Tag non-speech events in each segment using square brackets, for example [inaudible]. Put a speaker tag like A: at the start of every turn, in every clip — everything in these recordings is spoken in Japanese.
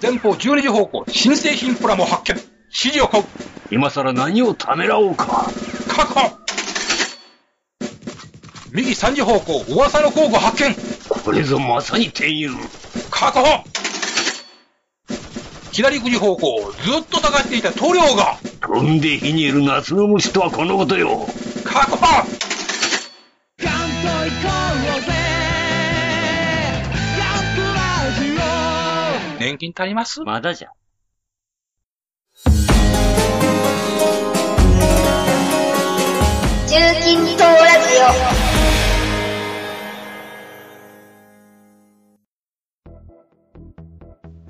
A: 前方12時方向、新製品プラモ発見。指示を買う。
B: 今さら何をためらおうか。
A: 確保右3時方向、噂の工具発見。
B: これぞまさに天佑。
A: 確保左9時方向、ずっと探していた塗料が、
B: 飛んで火にいる夏の虫とはこのことよ。
A: 確保
C: カンと行こうぜガンプラジ
A: 年金足ります
B: まだじゃ。
D: 中近東ラジ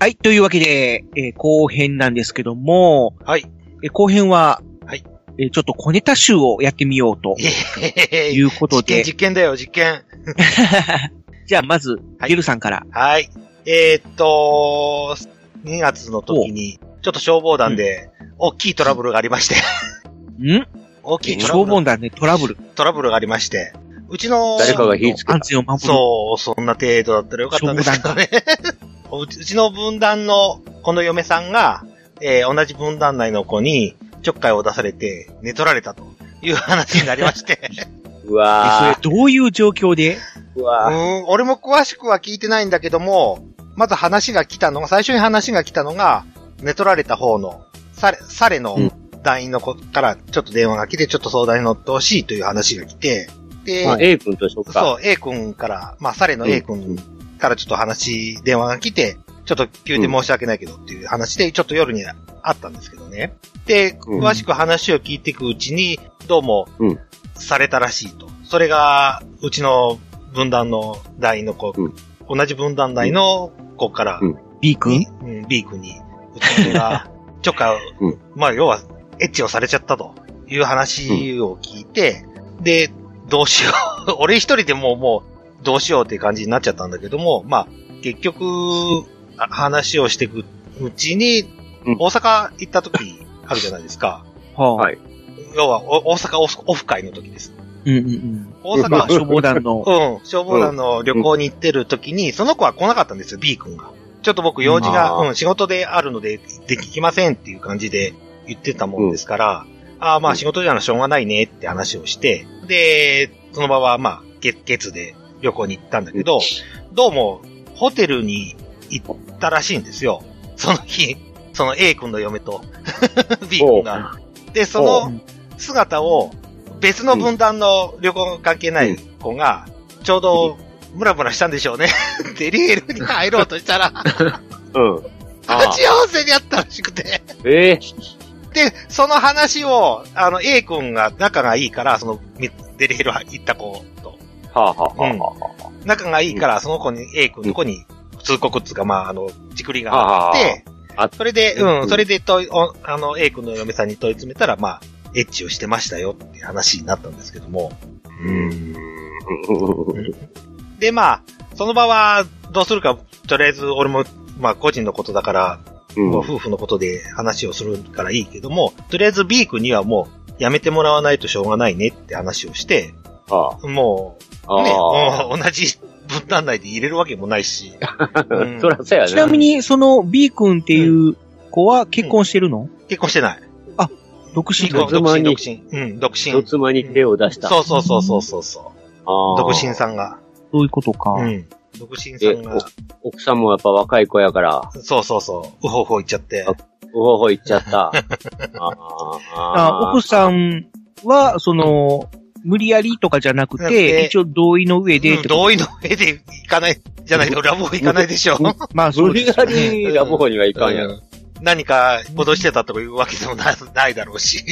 E: はい、というわけで、えー後編なんですけども、
F: はい。
E: えー後編は、
F: はい
E: えーちょっと小ネタ集をやってみようと
F: えへ
E: [laughs]
F: へ
E: い
F: へ
E: うこと
F: 実験、
E: で、
F: 実験だよ、実験。
E: じゃあまず、
F: はい
E: ゲルさんから、
F: はい。えーっと、2月の時に、ちょっと消防団で、大きいトラブルがあり
E: [laughs]
F: まして、
E: ん
F: 大きいトラ
E: 消
F: ブ
E: 防
F: ル
E: 団でトラブル、
F: トラブルがありまして、うちの、
G: 誰かが火つけた
E: 安。全を守る。
F: そう、そんな程度だったらよかったんですけどね。 [laughs] うちうちの分団の、この嫁さんが、えー同じ分団内の子に、ちょっかいを出されて、寝取られたという話になりまして。
G: う
E: え
G: わ
E: それどういう状況で
G: ーう
F: う
G: わ
F: ん、俺も詳しくは聞いてないんだけども、まず話が来たのが、最初に話が来たのが、寝取られた方の、サレ、サレの
E: うん
F: 団員の子からちょっと電話が来て、ちょっと相談に乗ってほしいという話が来て、で、
G: ー。まあ、A 君としようか。
F: そう、A 君から、まあ、サレの A 君からちょっと話、電話が来て、ちょっと急で申し訳ないけどっていう話で、ちょっと夜にあったんですけどね。で、
G: うん
F: 詳しく話を聞いていくうちに、どうも
G: うん、
F: されたらしいと。それが、うちの分断の代の子、
G: うん
F: 同じ分断代の子から、
G: うん
E: ?B 君
F: うん、B 君に、うちの子
G: [laughs]
F: が、ちょっかい
G: う
F: を、
G: ん
F: まあ、要は、エッチをされちゃったという話を聞いて、で、どうしよう。 [laughs] 俺一人でもう、もう、どうしようっていう感じになっちゃったんだけども、まあ、結局、あ話をしていくうちに、
G: うん
F: 大阪行った時あるじゃないですか。
E: は。
G: はいい。
F: 要は、お大阪オフオフ会の時です。
E: うんうんうん。
F: 大
G: [laughs]
F: 阪、
E: まあ消防団
F: [laughs]
E: の、
F: うん、消防団の旅行に行ってる時に、その子は来なかったんですよ、B 君が。ちょっと僕用事が、
G: あー
F: うん、仕事であるので、できませんっていう感じで言ってたもんですから、ああ、
G: う
F: まあ
G: ん
F: 仕事じゃなしょうがないねって話をして、で、その場はまあ、月、月で旅行に行ったんだけど、どうも、ホテルに行ったらしいんですよ。その日、その A 君の嫁と B 君が。で、そ
G: お
F: の姿を別の分断の旅行関係ない子が、ちょうどムラムラしたんでしょうね。 [laughs] デリヘルに入ろうとした
G: う
F: ら、
G: ん。あ
F: 鉢合わせにあったらしくて。
G: ーえー
F: で、その話を、あの、A 君が仲がいいから、その、みデリヘル行った子と、
G: はあはあはあは
F: 仲がいいから、その子に、A 君の子に通告っつうか、まあ、あの、じくり
G: あ。は
F: が
G: あは
F: あ
G: あ
F: っ
G: は
F: て、
G: あ
F: それで、
G: うん
F: うん、それで問い、おあの、A 君の嫁さんに問い詰めたら、まあ、エッチをしてましたよっていう話になったんですけども。
G: うん。
F: で、まあ、その場は、どうするか、とりあえず、俺も、まあ、個人のことだから、
G: うん。
F: 夫婦のことで話をするからいいけども、とりあえず B 君にはもう、やめてもらわないとしょうがないねって話をして、
G: は
F: も
G: あ。
F: う、ね、
G: ああ。
F: うん同じ分断内で入れるわけもないし。
G: [laughs]
F: うん
G: そらそうやな。
E: ちなみ、に、その B 君っていう子は結婚してるの
F: 結婚してない。
E: 独身
F: 独
G: 婚
F: 身、独身。うん、独
G: 一
F: 身。
G: つ間に手を出した。
F: そうそうそうそうそうそう。
G: ああ
F: 独身さんが。
E: そういうことか。
F: うん。独身さんが
G: え、奥さんもやっぱ若い子やから、
F: そうそうそう、うほうほう言っちゃって。
G: うほほ行っちゃ
F: [laughs]
G: った。あ
E: あ
G: あ。
E: 奥さんは、その、無理やりとかじゃなく
F: なくて
E: て、一応同意の上で
F: うん
E: ってこと、
F: 同意の上で行かない、じゃないとラボ行かないでしょ。
E: まあそ
G: 無
E: うで
G: 理
E: す
G: や
E: よね。
G: りラブホにはいかんや
F: う
G: ろ。
F: ん何か戻してたとかいうわけでもなないだろうし。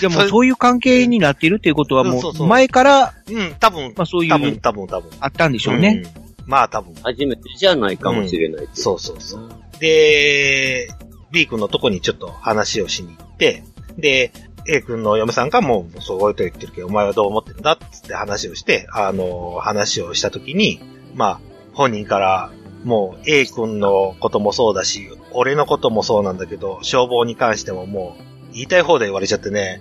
E: でもそういう関係になってるっていうことは
F: うん
E: も
F: そうそう
E: う、前から、
F: うん、多分、
E: まあそうい
F: 多分、
E: う、
F: 多分、多分。
E: あったんでしょうね。
F: うん。まあ多分。
G: 初めてじゃないかもしれない。
F: そうそうそう。で、B 君のとこにちょっと話をしに行って、で、A 君の嫁さんがもう、そういうと言ってるけど、お前はどう思ってるんだっつって話をして、あの、話をしたときに、まあ、本人から、もう A 君のこともそうだし、俺のこともそうなんだけど、消防に関してももう、言いたい放題言われちゃってね。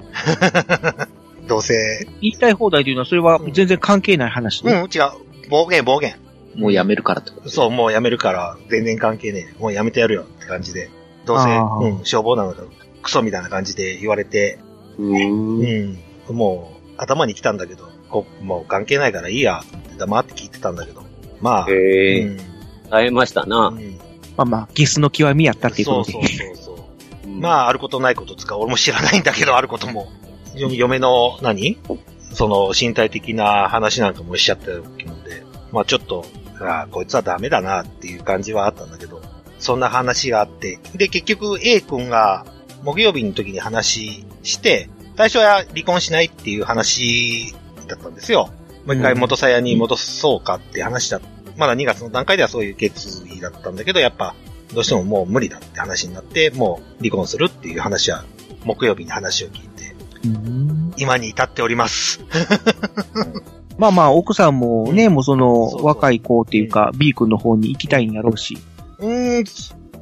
F: [laughs] どうせ、
E: 言いたい放題というのは、それは全然関係ない話
F: うん、
E: ね。
F: 違う。暴言、暴言。
H: もうやめるからってこと
F: そう、もう辞めるから、全然関係ねえ。もう辞めてやるよって感じで。どうせ、
E: あー
F: うん、消防なのか、クソみたいな感じで言われて、
G: うー。
F: うんん、もう、頭に来たんだけど、こもう関係ないからいいや、って黙って聞いてたんだけど。まあ、
G: へえ、
F: うん
G: 耐えましたな。
F: うん
E: まあまあ、ゲスの極みやったっていう
F: そ
E: こ
F: う
E: とで
F: そう。そうそう。
G: あ、
F: まあ、あることないことつか、俺も知らないんだけど、あることも。よ嫁の何、その、身体的な話なんかもしちゃったので、まあちょっと、ああ、こいつはダメだなっていう感じはあったんだけど、そんな話があって、で、結局 A 君が木曜日の時に話して、最初は離婚しないっていう話だったんですよ。もう一回元さやに戻そうかって話だ。まだ2月の段階ではそういう決意だったんだけど、やっぱ、どうしてももう無理だって話になって、もう離婚するっていう話は、木曜日に話を聞いて、
E: うん
F: 今に至っております。
E: まあまあ、奥さんもね、
F: うん
E: もうそ
F: そ
E: の
F: う、そう
E: 若い子っていうか、B 君の方に行きたいんやろうし。
F: うーん、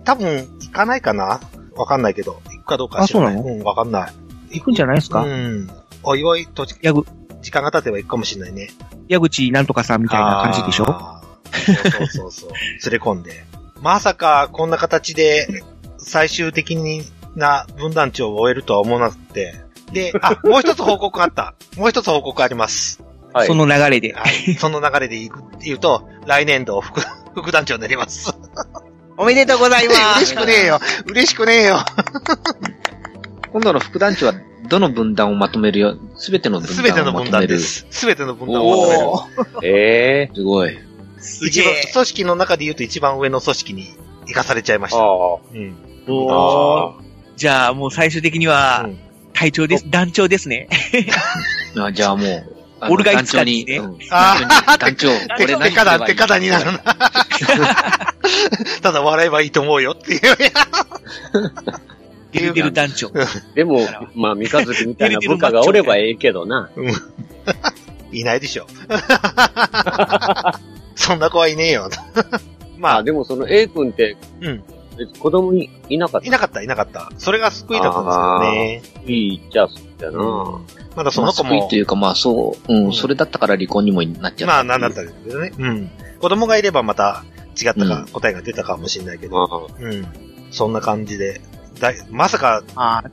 F: 多分、行かないかなわかんないけど、行くかどうかは知らない。
E: あそう
F: うん、わかんない。
E: 行くんじゃないですか
F: うん。おいおい、と、
E: 矢口
F: 時間が経てば行くかもしれないね。
E: 矢口なんとかさんみたいな感じでしょ
F: あーそうそうそうそう。連れ込
E: [laughs]
F: んで。まさか、こんな形で、最終的にな分断長を終えるとは思わなくて。で、あ、もう一つ報告があった。もう一つ報告あります。
G: はい
E: そ。の流れで。 [laughs]
F: はい。その流れでいく言うと、来年度副、 [laughs] 副団長になります。
E: おめでとうござい
F: 嬉
E: [laughs]
F: しくねえよ。嬉しくねえよ。
H: 今度の副団長は、どの分断をまとめるよすべての分
F: すべて
H: 断
F: の
H: をま
F: 分
H: とめ
F: 断で
H: る。
F: す。すべての分断をまとめる。
H: おー
G: ええ
H: すごい。
E: す
F: 一番、組織の中で言うと一番上の組織に行かされちゃいました。
G: あ
F: うん。
G: あ。
E: おー
G: ああ。
E: じゃあ、もう最終的には
F: う、ん
E: 隊長です、団長ですね。
H: あじゃあもう、あの
E: 俺が言っ
H: 団
E: てた
H: 長
E: んで
H: に
E: すね、
H: うん
F: あー
H: 団長に、団長、これ
F: 手
H: 何
F: かだ、手
H: て
F: かだになるな。 [laughs] ただ笑えばいいと思うよっていう。
E: デルデル団長。
G: でも、まあ、三日月みたいな部下がおればええけどな。
F: いないでしょ。そんな子はいねえよ。ま
G: あ、
F: あ、
G: でもその A 君って、
F: うん。
G: 子供いいなかった。
F: いなかった、いなかった。それが救いだったんです
G: いいっちゃ、そうだ
F: よね
G: な。。
F: まだその子
H: まあ救い
F: も
H: とい、うか、まあそう、うん、
F: うん
H: それだったから離婚にもなっちゃった。
F: まあ、なんだったけどね。うん。子供がいればまた違った
H: う
F: か
H: ん、
F: 答えが出たかもしれないけど。
G: ああ
F: うん。そんな感じで。だいまさか、
E: あ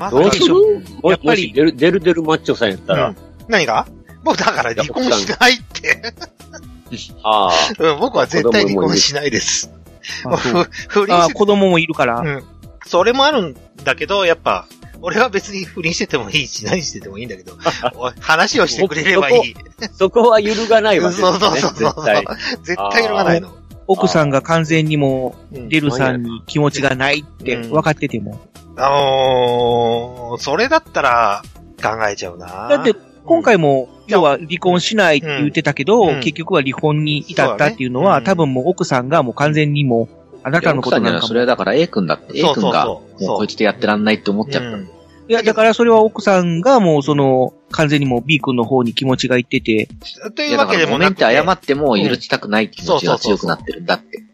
F: まさ
G: どう
F: か
G: する
E: や
G: や
E: っ
G: っ
E: ぱ
G: ぱ
E: り
G: り、デルデルデルマッチョさんやったら、
F: うん何が僕だから離婚しないって。
G: ああ、
F: うん、僕は絶対離婚しないです。
E: あそう
F: 不倫
E: あ
F: して
E: ー、子供もいるから。
F: うん。それもあるんだけど、やっぱ、俺は別に不倫しててもいいし、何しててもいいんだけど、お話をしてくれればいい。
G: そこは揺るがないわけですね。
F: そうそうそうそ
G: 絶
F: う
G: 対。
F: 絶対色がないの。
E: 奥さんが完全にも
F: う
E: う、
F: ん
E: デルさんに気持ちがないって
F: うん
E: 分かってても。
F: あのー、それだったら考えちゃうな。
E: だって、今回も、要は離婚しないって言ってたけど、
F: うん
E: 結局は離婚に至ったっていうの
F: そうだ
E: は、
F: ねうん
E: 多分もう奥さんがもう完全にもう、あない
H: や
E: たのこ
H: 奥さ
E: と
H: んじゃ
E: な
H: なんい
E: か
H: そ
E: も。
H: れはだから A 君だって、A
F: そうそ
H: 君
F: う
H: が、
F: そ
H: も
F: う
H: うこいつとやってらんないって思っちゃった。
F: うん
E: いや、だからそれは奥さんがもうその、完全にもう B 君の方に気持ちがいってて、
F: と
H: い
F: いう
H: や
F: わ
H: だか
F: けで
H: らご
F: も
H: めん
F: な
H: っ
F: く
H: て
F: て。
H: 謝っても許したくない気持ちが強くなってるんだって。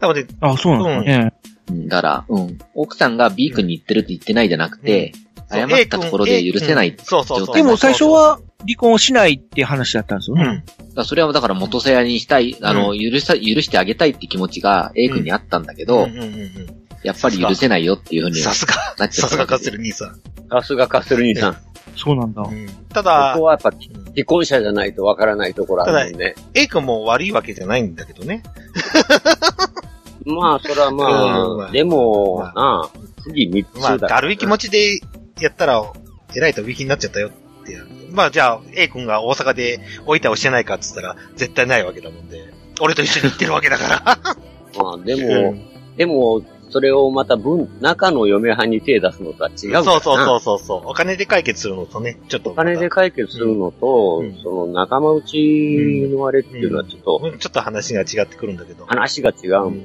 F: なので、
E: あ、そうなんですね。
H: うんだから、うん。奥さんが B 君に言ってるって言ってないじゃなくて、謝ったところで許せない。だ
F: そうそうそう。
E: でも最初は離婚しないって話だったんですよ
F: う
E: ね。
F: ん、
H: からそれはだから元世話にしたい、あの、許した、許してあげたいって気持ちが A 君にあったんだけ
F: うん。
H: ど
F: う、んうんうん
H: やっぱり許せないよっていうふう
F: うん。
H: に
F: さすが、
H: なっちゃ
F: さ
H: った
F: すが
H: わけ
F: カ
H: で
F: ス
H: す
F: ル兄さん。
G: さすがカスル兄さん。こ
E: そうなんだ
F: う。んただ
G: こ、はやっぱ、既婚者じゃないとわからないところあるもんね。
F: A 君も悪いわけじゃないんだけどね。
G: まあ、それは
F: うんま
G: ま
F: あ
G: あ、でも、な
F: ま
G: あ、次三つ
F: まあ、
G: だ。
F: 軽い気持ちでやったら、えらい飛び火になっちゃったよっていう。まあ、じゃあ、A 君が大阪でおいたをしてないかって言ったら、絶対ないわけだもんで。俺と一緒に行ってるわけだから。
G: まあ、 [laughs] で
F: う
G: も、
F: ん
G: でも、それをまた分、中の嫁はんに手出すのとは違うからな。
F: そうそうそうそうそう。お金で解決するのとね、ちょっと。
G: お金で解決するのと、
F: うん
G: その仲間内のあれっていうのはちょっと
F: うんちょっと話が違ってくるんだけど。
G: 話が違うも。
F: うんん
G: うん、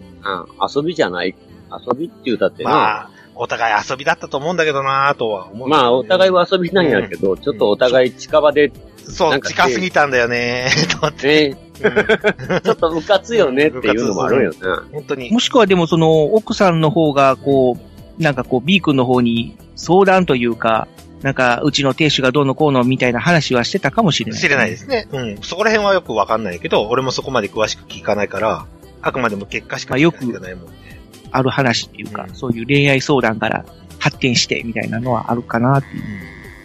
G: 遊びじゃない。遊びって言うたってな。まあ、
F: まあ、お互い遊びだったと思うんだけどなぁとは思う、
G: お互いは、遊びなんやけど、ちょっとお互い近場で、
F: そ
G: な
F: う、
G: んか
F: 近すぎたんだよねと思って。
G: ね、
F: うん [laughs]
G: ちょっとムカつよねっていうのもあるよな。
F: 本当に。
E: もしくはでもその、奥さんの方がこう、なんかこう B 君の方に相談というか、なんか、うちの亭主がどうのこうのみたいな話はしてたかもしれない。
F: 知れないですね。うん。そこら辺はよくわかんないけど、俺もそこまで詳しく聞かないから、あくまでも結果し
E: ま
F: か
E: あよ
F: 聞
E: く
F: かないもんね。
E: ある話っていうか、
F: うん
E: そういう恋愛相談から発展してみたいなのはあるかなっていう。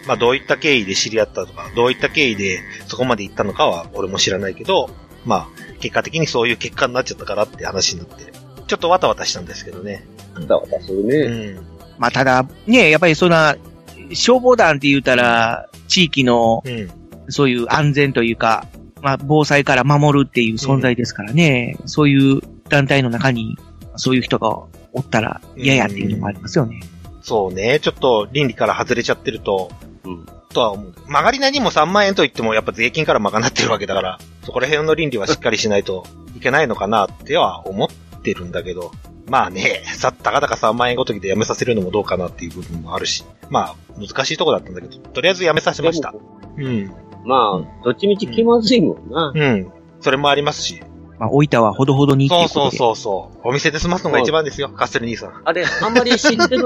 F: まあ、どういった経緯で知り合ったとか、どういった経緯でそこまで行ったのかは俺も知らないけど、まあ、結果的にそういう結果になっちゃったからって話になって、ちょっとわたわたしたんですけどね。
G: なんだ、私
F: う
G: ね。
F: ん。
E: まあただ、ね、やっぱりそんな、消防団って言うたら、地域の
F: うん。
E: そういう安全というか、まあ防災から守るっていう存在ですからね、そういう団体の中に、そういう人がおったら嫌やっていうのもありますよね。
F: そうね。ちょっと倫理から外れちゃってると、
G: うん
F: とは思う。曲がりなりにも3万円といってもやっぱ税金から賄ってるわけだから、そこら辺の倫理はしっかりしないといけないのかなっては思ってるんだけど、まあね、さ、たかだか3万円ごときで辞めさせるのもどうかなっていう部分もあるし、まあ難しいとこだったんだけど、とりあえず辞めさせました
G: で。
F: うん。
G: まあ、どっちみち気まずいもんな。
F: うん。それもありますし。
E: まあ老いたはほどほどにってい
F: そうう
E: こと
F: そ
E: で。
F: うそうそう。お店で済ますのが一番ですよ、カステル兄さん。
G: あれ、あんまり知
F: [laughs]
G: ってる、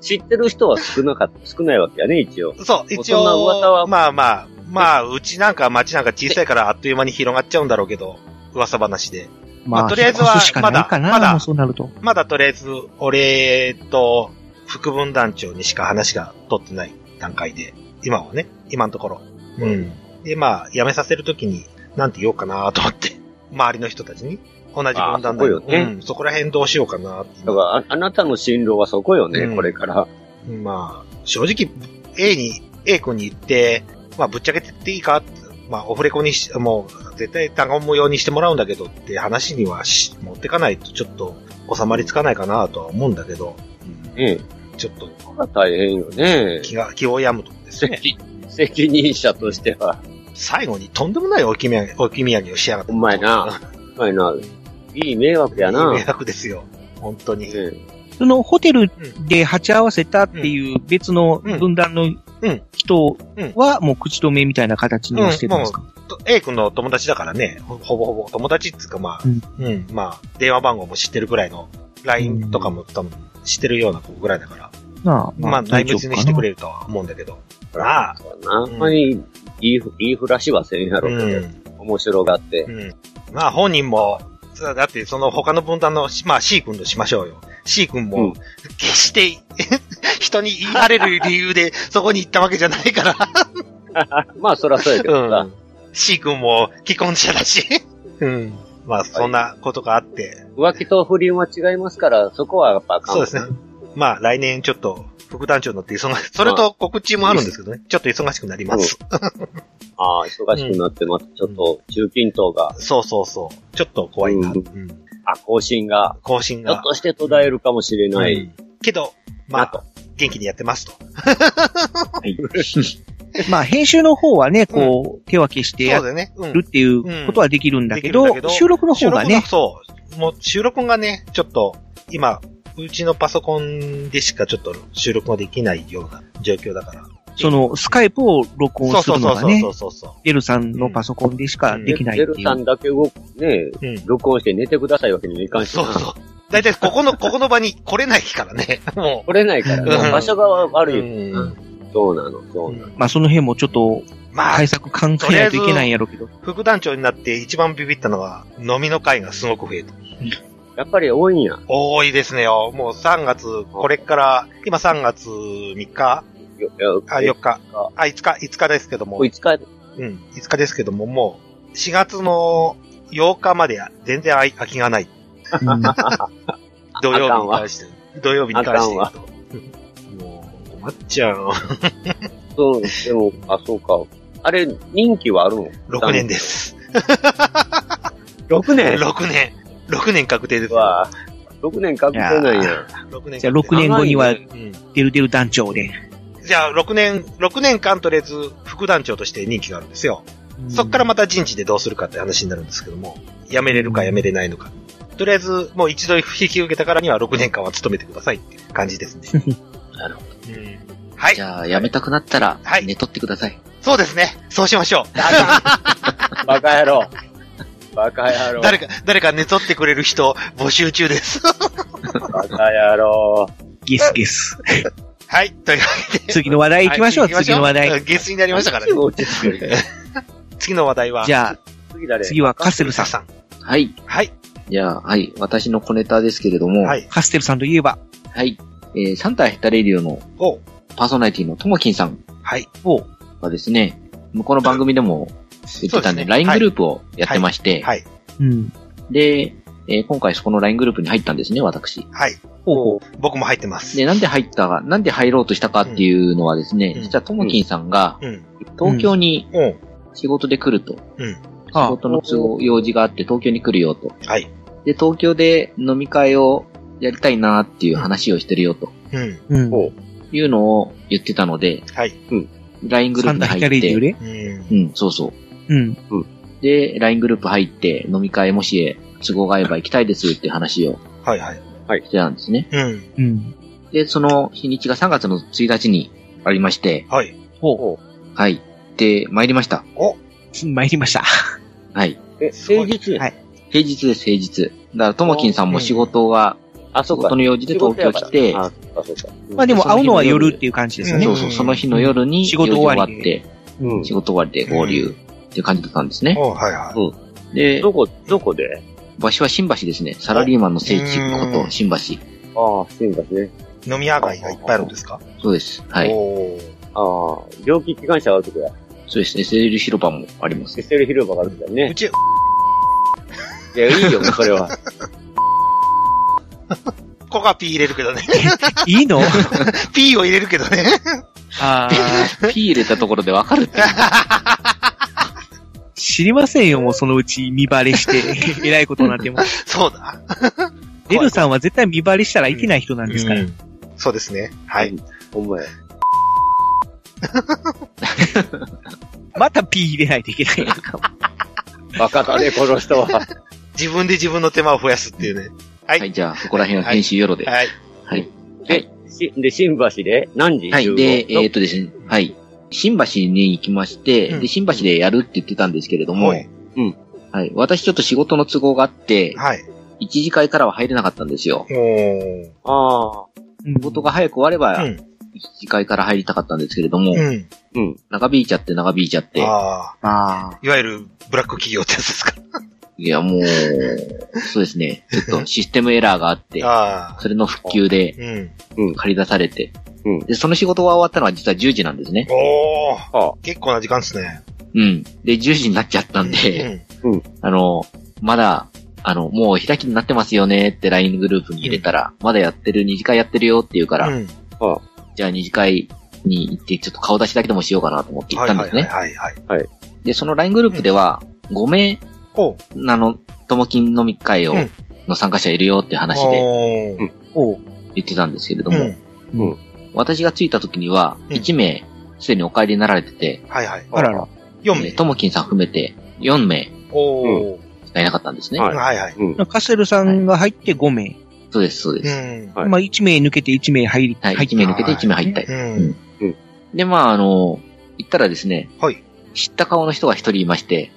G: 知ってる人は少なかった、少ないわけやね、一応。
F: そう、一
G: そんな噂
F: 応、
G: は
F: まあまあ、まあ、うちなんか町なんか小さいからあっという間に広がっちゃうんだろうけど、噂話で。
E: ま
F: ま
E: あ
F: あとりあえずは
E: 引っ越すしかないかな、
F: まだまだ
E: もうそうなると。
F: まだとりあえず、俺と副分団長にしか話が取ってない段階で、今はね、今のところ。うん。で、まあ、辞めさせるときに、なんて言おうかなと思って、周りの人たちに、同じ分
G: あ
F: 団
G: そ
F: だ
G: こ
F: よ
G: よね
F: うん、そこら辺どうしようかなっていう
G: だから、ああなたの進路はそこよね、
F: うん
G: これから。
F: まあ、正直、A に、A 君に言って、まあ、ぶっちゃけてっていいかってまあ、オフレコにし、もう、絶対単語無用にしてもらうんだけどって話にはし持ってかないとちょっと収まりつかないかなとは思うんだけど、
G: ね
F: ちょっと
G: これは大変よね。
F: 気が、気を病むとこです
G: [laughs]
F: ね。
G: 責責任者としては。
F: 最後にとんでもない置き土産、置き土産をしやがって。
G: ほんまや
F: [laughs]
G: な。お前な、いい迷惑やな。
F: 迷惑ですよ。本当に。
G: ね
E: そのホテルで鉢合わせたっていう別の分断の
F: うん
E: 人はもう口止めみたいな形にはしてるんですか、
F: と A 君の友達だからね、ほほぼほぼ友達っつうかまあ、
E: う
F: うんん、まあ、電話番号も知ってるぐらいの、LINE とかも多分知ってるような子ぐらいだから、
E: なあ
F: まあ、内密にしてくれ
E: る。
F: るとは思うんだけど。まあ、
G: そうやなあんまり、いいふ、いいふらしはせんや
F: う
G: ろうけど、
F: ん、
G: 面白がって
F: う。ん。まあ、本人も、そうだってその他の分担の、まあ C 君としましょうよ。C 君
G: う
F: も
G: ん、
F: 決して、 [laughs] 人に言われる理由でそこに行ったわけじゃないから。
G: まあ、そらそうやけど
F: う
G: さ
F: ん。。C 君も既婚者だし。うん。まあ、そんなことがあって。
G: 浮気と不倫は違いますから、そこはやっぱあかん
F: そうですね。まあ、来年ちょっと、副団長になって忙し、それと告知もあるんですけどね。ちょっと忙しくなります。
G: ああ、忙しくなってます。ちょっと、中近東が、
F: そうそうそう。ちょっと怖いな。
G: うん
F: うん。
G: あ、更新が、
F: 更新
G: ひょっ
F: が。
G: として途絶えるかもしれな
F: う
G: い。
F: ん。けど、ま
G: な
F: あ
G: と、
F: 元気にやってますと。
E: まあ、編集の方はね、こう、手分けしてや
F: そうだよね。うん。
E: るっていうことはできるんだけど、
F: うんできるんだけど
E: 収録の方がね、
F: 収録がそう。もう収録がね、ちょっと、今、うちのパソコンでしかちょっと収録ができないような状況だから。
E: その、スカイプを録音
F: そう
E: す
F: そう
E: る
F: そ
E: の
F: う
E: が
F: そ
E: ね
F: う、そうそう。
E: デルさんのパソコンでしかできない
G: ゼ
E: って
G: ル
E: い
G: さ。
E: うん
G: だけ動く、ね
F: うん。そ
G: 録音して寝てくださいわけにもいかん
F: う
G: し。
F: そう。だいたいここの、ここの場に来れないからね。 [laughs] も
G: 来れないからね、
F: うん
G: 場所が
F: う。
G: 悪い。
F: うん。
G: そうなの、そうなの。
E: まあ、その辺もちょっと
F: まあ
E: 対、策考えないといけないんやろうけど。
F: 副団長になって一番ビビったのは、飲みの会がすごく増えた。
G: やっぱり多いんや。
F: 多いですねよ。もう3月、これから、今3月3日
G: よよ
F: あ、4日。あ、5日、5日ですけども。
G: 5日、
F: うん、5日ですけども、もう、4月の8日まで全然あい空きがない。
E: うん
F: 土曜日に関して。土曜日に関して言
G: あ
F: うと。もう、困っちゃう。
G: そう、でも、あ、そうか。あれ、任期はあるの
F: 6年です。
G: 6
F: 6年。6年確定です。
G: は、6年確定なんや。
F: 6年。
E: じゃあ、6年後には、
F: うん。
E: デルデル団長で。
F: じゃあ、6年、6年間とりあえず、副団長として任期があるんですよ。そっからまた人事でどうするかって話になるんですけども、辞めれるか辞めれないのか。とりあえず、もう一度引き受けたからには6年間は務めてくださいっていう感じです
E: [laughs]
F: ね。
H: なるほ
F: うん。はい
H: じ。ゃあ、やめたくなったら
F: は、い
H: 寝取ってください。
F: そうですね。そうしましょう。
G: バカ野郎。バカ野郎。
F: 誰か、誰か寝取ってくれる人募集中です。
G: バカ野郎。
E: ゲスゲス。
F: [laughs] はい、というわけで。
E: 次の話題行きましょう、
F: はい
E: 次の話題。。
F: 下水になりましたからね。次の話題は、
E: じ
F: ゃ
E: ゃあ、
G: 次誰
E: 次はカステルさん。
F: さん。
H: はい。
F: はい、
H: じゃあ、はい。私の小ネタですけれども、
F: は
H: はい。
F: い。
E: カステルさんといえば、
H: えーサンタヘタレディオの
F: お
H: パーソナリティのともきんさん
F: はい。
H: はですね、向こうの番組でも言ってたんで、LINE グループをやってまして、
F: はい。
E: うん。
H: で、えー今回そこの LINE グループに入ったんですね、私。
F: はい。
E: おう
F: 僕も入ってます。
H: で、なんで入ったか、なんで入ろうとしたかっていうのはですね、
F: うん
H: 実はともきんさんが
F: うん。
H: 東京に
F: うん。
H: 仕事で来ると。
F: うん
E: ああ
H: 仕事の都合用事があって東京に来るよと。
F: はい。
H: で、東京で飲み会をやりたいなっていう話をしてるよと
F: うん。
E: うん。
G: お
H: いうのを言ってたので、
F: はい。
H: LINE グル
E: サ
H: ー
E: ン
H: プ
E: ダーヒ
H: に入
E: カレ
H: っ
E: イディ
H: て、
E: ね。
F: うん。
H: うん、そうそう。
E: うん。
H: で、LINE グループ入って飲み会もし都合が合えば行きたいですっていう話を
F: はいはい。
H: してたんですね。
F: うん。
E: うん。
H: で、その日にちが3月の1日にありまして、
F: はい。
E: ほ
H: はい。で、参りました。
E: う。参りました。
H: はい。
G: え、
F: すご
G: 平
F: い
G: 日
E: はい
H: 平日です、平日。だから、ともきんさんも仕事が、
G: あ、
H: 仕
G: そうか
H: 事。の用事で東京来て、
G: あ、そうか、そうか。
E: まあでも会うのは夜っていう感じですよね
H: そう。そう、その日の夜に
E: 仕事終わり
H: 用事終わ
G: う
H: って、
G: ん
H: 仕。事終わりで合流っていう感じだったんですね。
F: おはいは
H: で、
G: どこ、どこで
H: 場所は新橋ですね。サラリーマンの聖地こ
F: う
H: と、
F: ん
H: 新橋。
G: ああ、新橋ね。
F: い。飲み屋街がいっぱいあるんですか
H: そうです。はい。
F: おー
G: ああ、蒸気機関車があるとこや。
H: そうです。SL 広場もあります。
G: SL 広場があるんだよ
F: う
G: ね。
F: ち、
G: いや、いいよ、それは。
F: コカピー入れるけどね。 [laughs]
E: いいの
F: ピーを入れるけどね。 [laughs]
E: ああ、
H: [laughs] P 入れたところでわかるって。
E: 知りませんよ、もうそのうち見バレして、 [laughs] えらいことになっても。
F: そうだ。
E: デルさんは絶対見バレしたらいけない人なんですから。
F: うんそうですね。はい。。
G: ほんまや。
E: また P 入れないといけない。
G: バカだね、この人は。
F: 自分で自分の手間を増やすっていうね。は。
H: はいい、じゃあ、そこら辺は編集よろで。
F: はい。
H: はい。
G: で、しで、新橋で何時
H: はい。で、えーっ
G: っ
H: とですね、はい。新橋に行きまして、
F: うん
H: で、新橋でやるって言ってたんですけれども、
F: はい
H: はい。私ちょっと仕事の都合があって、
F: はい。
H: 一次会からは入れなかったんですよ。
F: おー。
G: と、ああ、
E: うん
H: 仕事が早く終われば、
F: うん。
H: 一次会から入りたかったんですけれども、
F: うん。
H: 長引いちゃって長引いちゃって、
F: あ
H: ああ。
F: あ。いわゆる、ブラック企業ってやつですか。
H: いや、もう、そうですね。ちょっとシステムエラーがあって、
F: ああ。
H: それの復旧で
F: うん。
H: 借り出されて、
G: うん
H: で、その仕事が終わったのは実は10時なんですね。
F: おー。
G: ああ
F: 結構な時間ですね。
H: うん。で、10時になっちゃったんで、あの、まだ、あの、もう開きになってますよねって LINE グループに入れたら、まだやってる、二次会やってるよって言うか
F: う
H: ら、
F: ん。うん。
H: じゃあ二次会に行って、ちょっと顔出しだけでもしようかなと思って行ったんですね。
F: はいはいはいはい。
H: で、その LINE グループでは、5名、
F: おう。
H: あの、ともきん飲み会を、
F: うん
H: の参加者いるよって話で
F: おー
E: おう
H: 言ってたんですけれど
F: う
H: も、
F: ん。
H: 私が着いた時には、
F: うん
H: 1名、すでにお帰りになられてて、
F: はいはい。
E: あらら。
F: 4
H: えー
F: 名。
H: ともきんさん含めて4名
F: おー。
H: しかいなかったんですね。
G: はい
F: はいはい。
E: カセルさんが入って5名。
H: そうです、そうで
F: う
H: す。
F: ん。
G: はい
E: まあ1名抜けて1名入り、
H: はい、
E: 入っ
H: 1名抜けて1名入ったり。
F: うん。
H: で、まあ、あの、行ったらですね、
F: はい
H: 知った顔の人が一人いまして、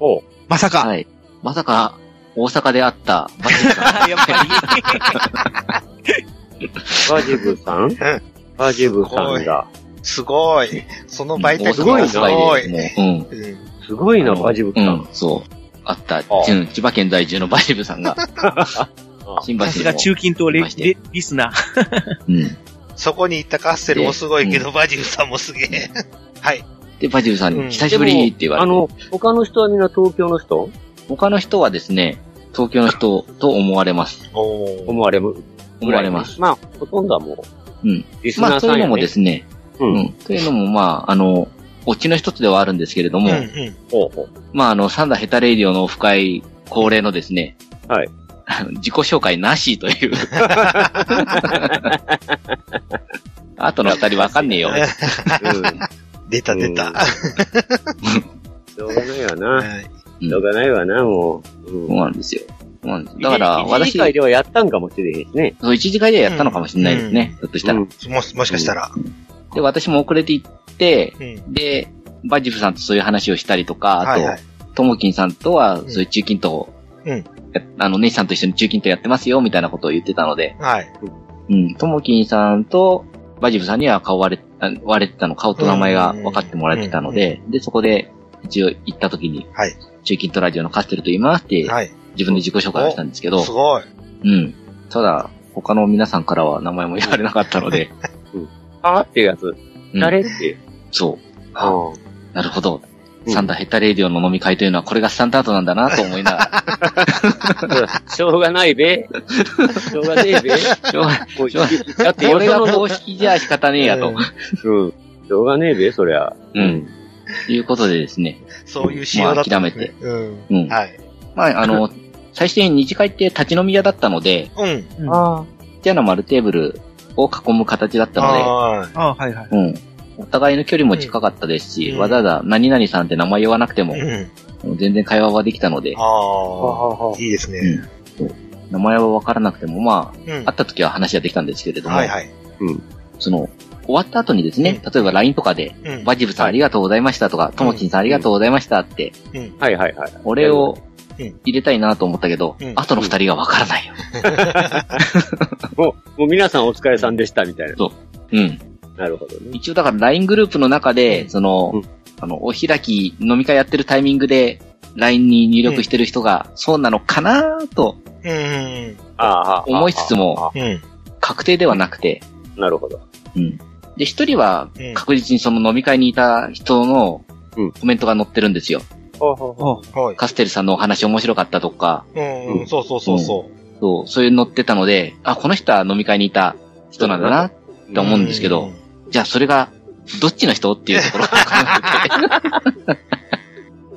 G: おう
E: まさか。
H: はい。まさか、大阪で会った、マジ
F: [laughs]
H: か。
E: やっぱ
G: バジブさんバジブさんが。
F: すごい。その媒体
H: 大
F: す
H: 阪
F: ごい。
H: の
F: す
H: 場
F: ご
H: 合で
F: い。
H: もうう
F: う
H: ん。
F: ん
G: すごいな、
H: あの
G: バジブさ
H: うん
G: ん。、
H: そう。あった、うん千葉県在住のバジブさん
G: [laughs]
H: が、新
E: [laughs]
H: 橋
E: りさすが中
H: の、
E: 近東レレリスナー。
H: うん。
F: そこに行ったカッセルもすごいけど、バジルさんもすげえ。はい。
H: で、バジブさん
F: うん
H: に、久しぶりにって言わ
G: あ
H: れて、
G: の、他の人はみんな東京の人
H: 他の人はですね、東京の人と思わ
G: [laughs]
H: れます。
F: おー。
G: 思われむ。
H: 思われます。。
G: まあ、ほとんどはもう、
H: うん。
G: リス
H: ま
G: ナ
H: あ、
G: ー
H: そ
G: さ
H: う
G: ん
H: いう
G: や
H: のも
G: ね
H: で。すね、
G: う。
H: うんん。というのも、まあ、あの、オチの一つではあるんですけれど
F: う
H: も、
F: んうん。
G: ほうほう。
H: まあ、あの、サンダーヘタレイディオのオフ会恒例のですね。
G: はい
H: あの。自己紹介なし
G: [laughs]
H: という。あとの二人わかんねえよ。
G: うん。
F: 出た出た。
G: しょうがないわ
F: う
G: な。
F: ん
G: しょうがないわな、もう。
H: そう
G: うん
H: なんですよ。そうなんですだから、
G: 一時
H: 私、
G: 会ではやったんかもしれへんしね。
H: そう一時会でやったのかもしれないですね。ひょっとしたら。
G: うん
F: もし、もしかしたら。
H: で、私も遅れて行って、
F: うん。
H: で、バジフさんとそういう話をしたりとか、
F: はいは
H: あ
F: い。
H: と、ともきんさんとは、そういう中近東、
F: うん
H: やあの、ネイさんと一緒に中近東やってますよ、みたいなことを言ってたので、
F: はい。
H: うん、ともきんさんと、バジブさんには顔割れ、あ割れてたの、顔と名前が分かってもらえてたので、で、そこで、一応行った時に、
F: はい
H: 中近東ラジオのカステルと言いますって、
F: はい。
H: 自分で自己紹介をしたんですけど、
F: すごい。
H: うん。ただ、他の皆さんからは名前も言われなかったの
F: [laughs]
H: で、
G: あーっていうやつ。
H: うん
G: 誰って。
H: そう。
G: [laughs]
H: あ
G: あ
H: なるほど。
G: うん
H: サンダーヘッダレーディオの飲み会というのはこれがスタンダードなんだなと思いなが
G: あ。しょうがないべ。しょうがね
H: [laughs]
G: えべ。
F: [laughs]
H: ら、しょうが
G: もう
H: しょう
G: だってよ
H: 俺
G: そ
H: が
G: の
H: 公式じゃ仕方ねえやと。
G: うん。しょうがねえべ、そりゃ。
H: うん。ということでですね。
F: そういう仕様だったんですね。
H: う
F: うんん。。はい。
H: まあ、あの、最初に二次会って立ち飲み屋だったので、
F: うん。
G: あ
H: ちっちゃな丸テーブルを囲む形だったの
F: は
E: あはいはい。
H: で、うん。お互いの距離も近かったですし、
F: うん
H: わざわざ何々さんって名前言わなくても
F: い。、うん。
H: 全然会話はできたので、
F: ああ。いいです
H: う
F: ね。
H: んそう名前はわからなくても、ま
F: う
H: あ、
F: ん
H: 会っ。た時は話はできたんですけれども、
F: はいはい。
H: その、終わった後にですね、例えば LINE とかで、
F: うん。
H: バジブさんありがとうございましたとか、ともちんさんありがとうございましたって、
F: うん。
G: あ。はいはいはい。
H: お礼を
F: うん
H: 入れたいなと思ったけど
F: うん、
H: 後の二人がわからないよ。
G: もう、もう皆さんお疲れさんでした、みたいな。
H: うん。
G: なるほどね。
H: 一応だから LINE グループの中
F: う
H: で、
F: ん
H: その、
G: うん
H: あの、お開き、飲み会やってるタイミングで、LINE に入力してる人が、そうなのかなと
F: うん。
G: ああ
H: 思いつつも、
F: うん。
H: 確定ではなくて、
G: あなるほど。
H: うん。で、一人は
F: うん、
H: 確実にその飲み会にいた人の
G: うん、
H: コメントが載ってるんですよ。
E: あ
F: はい。
H: カステルさんのお話面白かったとか、
F: うん。そうそうそうそ
H: そう、そういうの載ってたので、あ、この人は飲み会にいた人なんだなっ
F: う。
H: て思うんですけど、。じゃあそれが、どっちの人っていうところが分からなくて。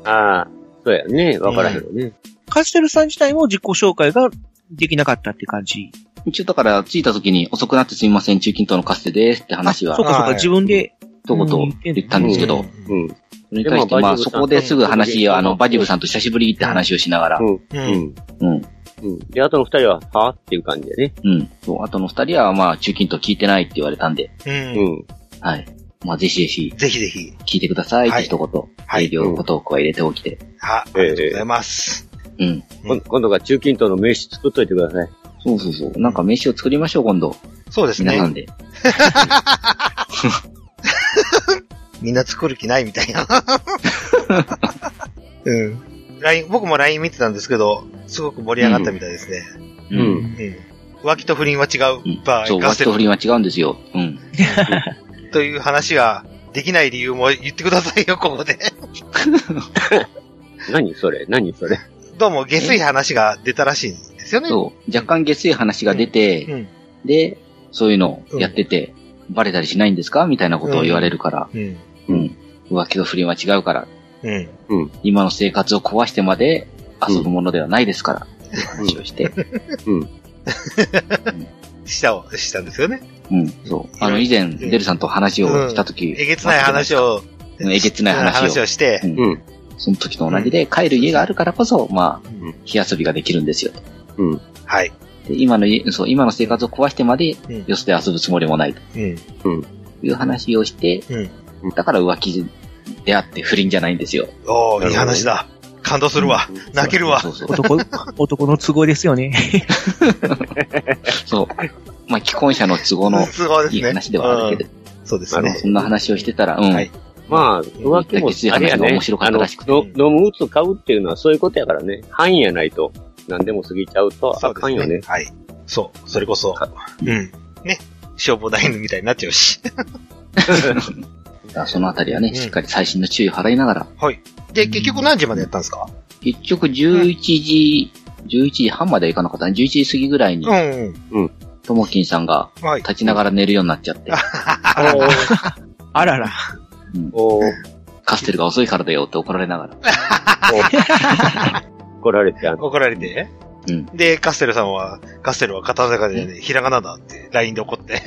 G: ああ。そうやね。わからへんよね。
E: カステルさん自体も自己紹介ができなかったって感じ。
H: 一応だから着いた時に遅くなってすみません、中近東のカステですって話は
E: そうかそう
F: は
E: か、
F: い
E: 自分で。
H: 一言言ったんですけ
F: う
H: ど、
G: うん。
H: それに対して
G: でも
H: ま
G: バ
H: あ
G: ジブ
H: そ
G: さん
H: こですぐ話
G: う
H: を、
G: ん
H: あの、バジブさんと久しぶりって話をしながら、
G: う
F: うん。
G: ん。
H: うん、
G: うん。で、あとの二人は、はっていう感じでね。
H: うん。そうあとの二人はまあ中近東聞いてないって言われたんで、
F: うん。
G: うん。
H: はい。まあぜひぜひ
F: ぜひぜひ。
H: 聞いてくださいっ
F: は
H: て
F: い
H: 一言、
F: はい
H: 営業のことを加えれておきて、
F: は、ありがとうございます。
H: うん。
G: 今今度が中近東の名刺作っといてください。
H: そうそうそう。なんか飯を作りましょう、今度。
F: そうです
H: 皆さ
F: ね
H: ん。で。
F: みんな作る気ないみたい
H: [laughs]
F: な。うん。LINE、僕も LINE 見てたんですけど、すごく盛り上がったみたいですね。
H: う。
G: うん
F: うん。浮気と不倫は違う場合、
H: そう、
F: ガ
H: ワ
F: セ
H: ット
F: ル
H: フリンは違うんですよ。うん。
F: という話ができない理由も言ってくださいよ、こ
H: [laughs]
F: こで。
G: 何それ何それ
F: どうも、下水話が出たらしいんですよね。
H: そう、若干下水話が出
F: う
H: て、
F: ん。
H: で、そういうのをやってて、バレたりしないんですかみたいなことを言われるから、
F: うん。
H: うん。浮気と不倫は違うから、
F: うん。
H: 今の生活を壊してまで遊ぶものではないですから、っていう話をして、
F: したを、したんですよね。
H: うん、そう。あの、以前、デルさんと話をしたとき、
F: えげつない話を。
H: うんえげつない話を
F: して
H: う、ん
A: うん
H: その時と同じで、帰る家があるからこそ、まあ
F: うん、
H: 火遊びができるんですよ。
F: はい。
H: で今の家、そう、今の生活を壊してまで
F: うん、
H: よそで遊ぶつもりもないと
F: うん。
H: いう話をして、だから浮気であって不倫じゃないんですよ。
F: おー、いい話だ。感動するわ。泣けるわ
H: そ。うそうそう。
E: 男、 [laughs] 男の都合ですよね。
H: そう。 [laughs] まあ、既婚者の都合の
F: すごいです
H: い
F: ね。
H: い話ではあるけれど、
F: うんそうです
H: あの
F: ね。
H: そんな話をしてたら、うん。
F: はい
G: まあ、浮気もあれやね。
H: 面白かったらしくて
G: あのの飲む、打つ、買うっていうのはそういうことやからね。範囲やないと、何でも過ぎちゃうと
F: そう
G: あ
F: で
G: か
F: す
G: んよね。
F: はい。そう、それこそ
H: か。
F: うん。ね。消防団員みたいになっちゃうし。
H: だからそのあたりは
F: う
H: ね、
F: ん
H: しっかり最新の注意を払いながら、
F: で、結局何時までやったんですか
H: 結局11時、11時半まではいかなかったね。11時過ぎぐらいに
F: う、ん。
H: ともきんさんが
F: はい。
H: 立ちながら寝るようになっちゃって、
E: あらら。
G: [laughs] おー
H: カステルが遅いからだよって怒られながら。
G: [laughs] 怒られて、あの、
F: 怒られて。
H: うん
F: で、カステルさんは、カステルは片坂でね、ひらがなだって、LINE で怒って。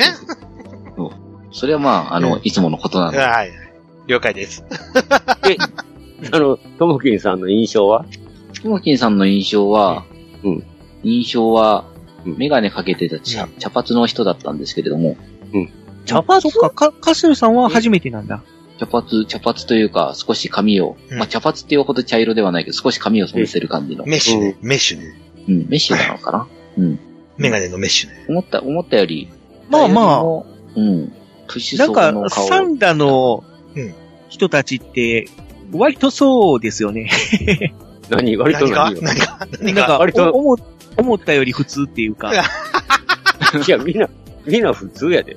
H: それはまあ、あの、
F: うん
H: いつものことなので、
F: はい。了解です。
G: あの、ともきんさんの印象は
H: ともきんさんの印象は、
G: うん
H: 印象は、
G: うん
H: メガネかけてた茶茶髪の人だったんですけれども、
E: 茶髪そっかか、カステルさんは初めてなんだ。
H: 茶髪、茶髪というか、少し髪を、
F: うん
H: まあ茶髪っていうほど茶色ではないけど、少し髪を染めてる感じの、
F: メッシュね。メッシュね。
H: うん、メッシュなのかな
F: メガネのメッシュね。
H: 思った、思ったより、
E: まあまあ
H: あ、うん、プッシュ
E: なん
H: 層
E: か
H: の、顔。
E: サンダの
F: うん
E: 人たちって、割とそうですよね。
G: 何割と
F: 何か
G: 何
F: 何か
E: な
F: 何
E: ん
F: か
E: か
G: 割と
E: お思、思ったより普通っていうか。
G: いや、みんな、みんな普通や
F: [laughs]
G: で。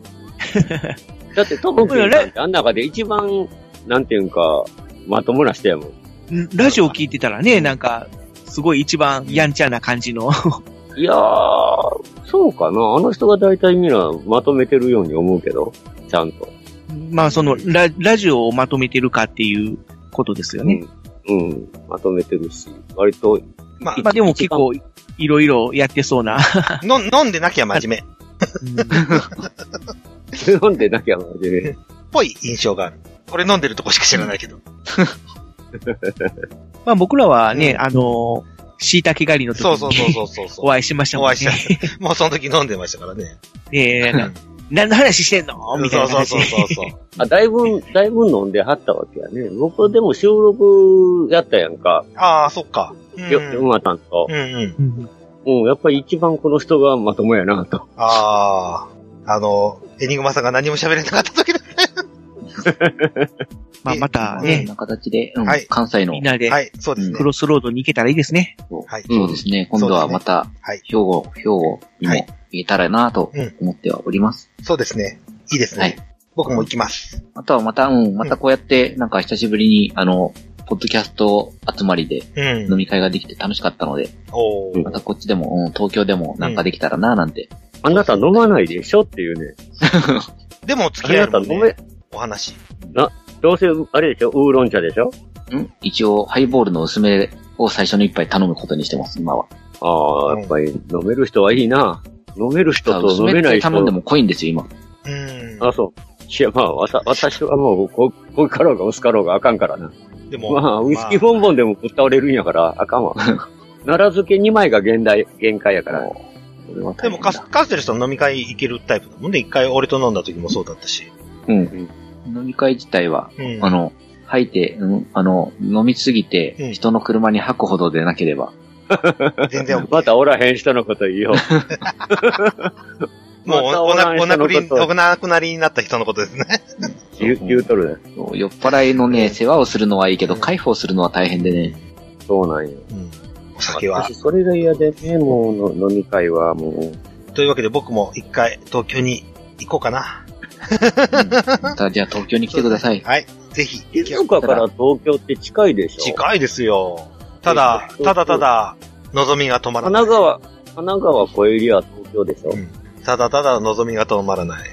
G: だって、トム君なんてあん中で一番、なんていうんか、まともな人やもん。
E: ラジオ聞いてたらね、なんか、すごい一番やんちゃな感じの。
G: いやー、そうかな。あの人が大体みんなまとめてるように思うけど、ちゃんと。
E: まあ、そのラ、ラジオをまとめてるかっていうことですよね。
G: うん。うん。まとめてるし、割と、
F: ま
E: まあ、でも結構、いろいろやってそうな。
F: あ、の飲んでなきゃ真面目っ
G: 飲んでなきゃ真面目。
F: [laughs] ぽい印象がある。俺飲んでるとこしか知らないけど。
E: まあ、僕らはね、
F: うん
E: あの、椎茸狩りの時
F: そうそうそう
E: に
F: そうそうそう。
E: お会いしましたもん
F: お
E: ね
F: 会い。しもうその時飲んでましたからね。
E: ねえな何の話してんのみたいな
F: そう
E: 話
F: そうそうそう。
G: あ、だいぶ、だいぶ飲んではったわけやね。僕でも収録やったやんか。
F: ああ、そっか。うん
G: よ、よまたんと
F: う。んうん。
E: うん
G: うん、やっぱり一番この人がまともやなと。
F: ああ、あの、エニグマさんが何も喋れなかった時だ。
E: [laughs] まあ、また
H: こん
E: ね、
H: な形で、うん
F: はい
H: 関西の
E: みん、なで
F: はい、そうですね
E: ク。ロスロードに行けたらいいですね。
F: はい。
H: そうですね、今度はまた、
F: はい。
H: 兵庫、兵庫にも
F: はい
H: 行けたらなと思ってはおります。
F: そうですね。いいです
H: は
F: ね
H: い。
F: 僕も行きます。
H: あとはまた、うん、またこうやって、なんか久しぶりに、あの、ポッドキャスト集まりで
F: う
H: 飲
F: ん。
H: み会ができて楽しかったので、
F: おー
H: またこっちでも、うん、東京でもなんかできたらななんて。
G: あなた飲まないでしょっていうね。
F: でも付
G: あ
F: き合え
G: な
F: る
G: た
F: もん
G: 飲め
F: ね、、お話。
G: どうせ、あれでしょウーロン茶でしょ
H: うん、一応、ハイボールの薄めを最初の一杯頼むことにしてます、今は。
G: あ
F: うん
G: あ、やっぱり飲める人はいいな。飲める人と
H: 薄
G: 飲
H: め
G: め
H: っ
G: な
H: て
G: い人。
H: 頼んでも濃いんですよ、今。
F: うん。
G: あ、そう。いや、まあ、わた、私はもう、こ、こうかろうが薄かろうがあかんからな。
F: でも、
G: まあ、ウイスキーボンボンでもぶっ倒れるんやから、あ [laughs] かんわ。奈良漬け2枚が現代、限界やから。それは
F: で
G: 大
F: も
G: 変
F: カ
G: だ
F: ス、カステルさん飲み会行けるタイプだもんね。一回俺と飲んだ時もそうだったし。
H: うん。飲み会自体は、
F: うん。
H: あの、吐いて、うん、あの、飲みすぎ
F: うん
H: て、人の車に吐くほどでなければ。
F: 全然
G: [laughs]
F: OK。
G: またおらへん人のこと言い [laughs] よう。
F: もう
G: また
F: おおな
G: お
F: お亡
G: 話
F: くり
G: の
F: に
G: こと
F: お亡くなりになった人のことですね。
G: 言う、言うとるね。
H: 酔っ払いのね、世話をするのはいいけど、
F: うん
H: 解放するのは大変でね。
G: そうなんよ。
F: うん。お酒は
G: 私、。それが嫌でね、もうの、飲み会はもう、
F: というわけで僕も一回東京に行こうかな。
H: また、じゃあ東京に来てください。
F: はい。ぜひ。
G: 静岡から東京って近いでしょ
F: 近いですよ。ただ、ただただ、望みが止ま
G: 神
F: らない。
G: 奈川、神奈川小エリア東京でしょ
F: うんただただ望みが止まらない。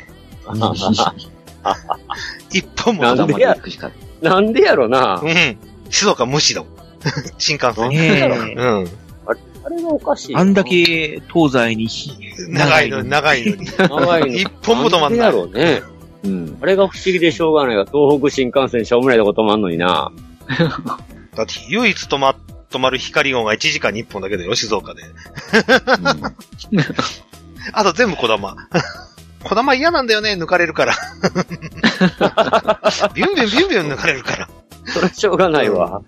F: 一本も
G: な
F: 止
G: ん
F: ま
H: 頑
G: で
H: 張っていくしか。
G: [laughs] なんでやろな
F: らない。うん。静岡無視だもん。 [laughs] 新幹線。
E: ねえ
F: うん。
G: あれがおかしいよな。
E: あんだけ東西にひ
F: 長いのに、長いのに。
G: 長いの。
F: 一本も止まん
G: な
F: なんい
G: で。やろうね。
H: うん。
G: あれが不思議でしょうがないが、東北新幹線しょうもないとこ止まんのにな。
F: だって唯一止ま、止まる光音が1時間に1本だけだよ、静岡で。
H: うん
F: あと全部
E: [laughs]
F: 小玉。小玉嫌なんだよね、抜かれるから。ビュンビュンビュンビュン抜かれるから。
G: それしょうがないわ。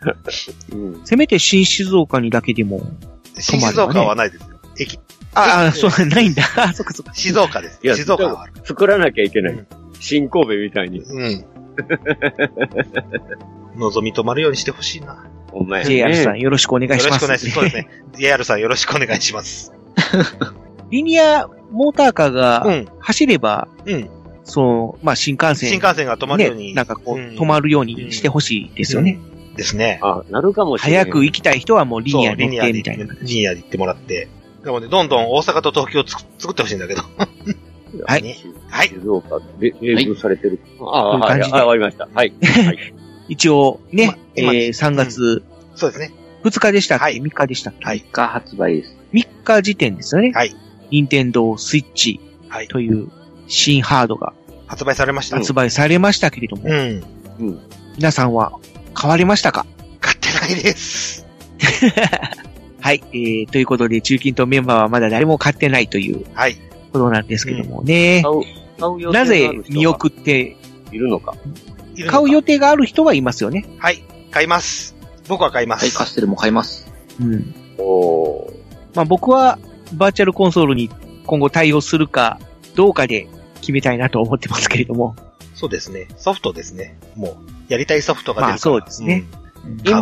G: うん。
E: せめて新静岡にだけでも。
F: 新静岡はないですよ。駅。
E: ああ、
F: 駅
E: そう、ないんだ。 [laughs] あそっかそっか。
F: 静岡です。
G: いや
F: 静岡はある。
G: 作らなきゃいけな
F: うん
G: い。新神戸みたいに。
F: うん。 [laughs] 望み止まるようにしてほしいな。
G: お前。
E: JR さん
G: ね
E: よろしくお願
F: よ
E: い
F: ろ
E: しま
F: し
E: す。
F: くお願いし
E: [laughs]
F: ます。そうですね。JR さんよろしくお願いします。
E: リニアモーターカー
F: う
E: が
F: ん。
E: 走れば、
F: うん。
E: そう、まあ新幹線。
F: 新幹線が止まるように。
E: ね、なんかこう、
F: うん
E: 止まるようにしてほしいですよね。
F: うん。ですね。
G: あ、なるかもしれない。
E: 早く行きたい人はもうリニア
F: そう
E: に乗ってみた
F: で
E: いな。
F: リニアで行ってもらって。でもね、どんどん大阪と東京をつく作ってほしいんだけど。
E: はい
F: ね。はい。
G: 静岡で、営業されてる。ああ、
E: こう
G: はいい、あ
E: う感じで
G: 終わりました。はい。はい
E: 一応ね、
F: ま
E: え
F: 今
E: ー、3月
F: そうですね。
E: 2日でしたっけ、
F: はい
E: ?3 日でしたっけ、
F: はい
H: が発売
F: [laughs]
H: です。
E: ?3 日時点ですよね。
F: はい。
E: 任天堂スイッチ
F: はい。
E: という新ハードが
F: 発売されました。
E: 発売されましたけれども、
F: うん。
E: 皆さんは変わりましたか
F: 買ってないです。
E: はい、えー、ということで、中近東メンバーはまだ誰も買ってないという
F: はい。
E: ことなんですけどもね。
G: 買う、買う予定
E: なぜ見
G: っ
E: 送って、
G: いるのか。
F: いるのか
E: 買う予定がある人はいますよね。
F: はい。買います。僕は買いま
H: はい、
F: す。
H: カステルも買います。
E: うん。
G: おー。
E: まあ僕は、バーチャルコンソールに今後対応するかどうかで、決めたいなと思ってますけれども。
F: そうですね。ソフトですね。もう、やりたいソフトが出るから。
E: まあそうですね
G: 今、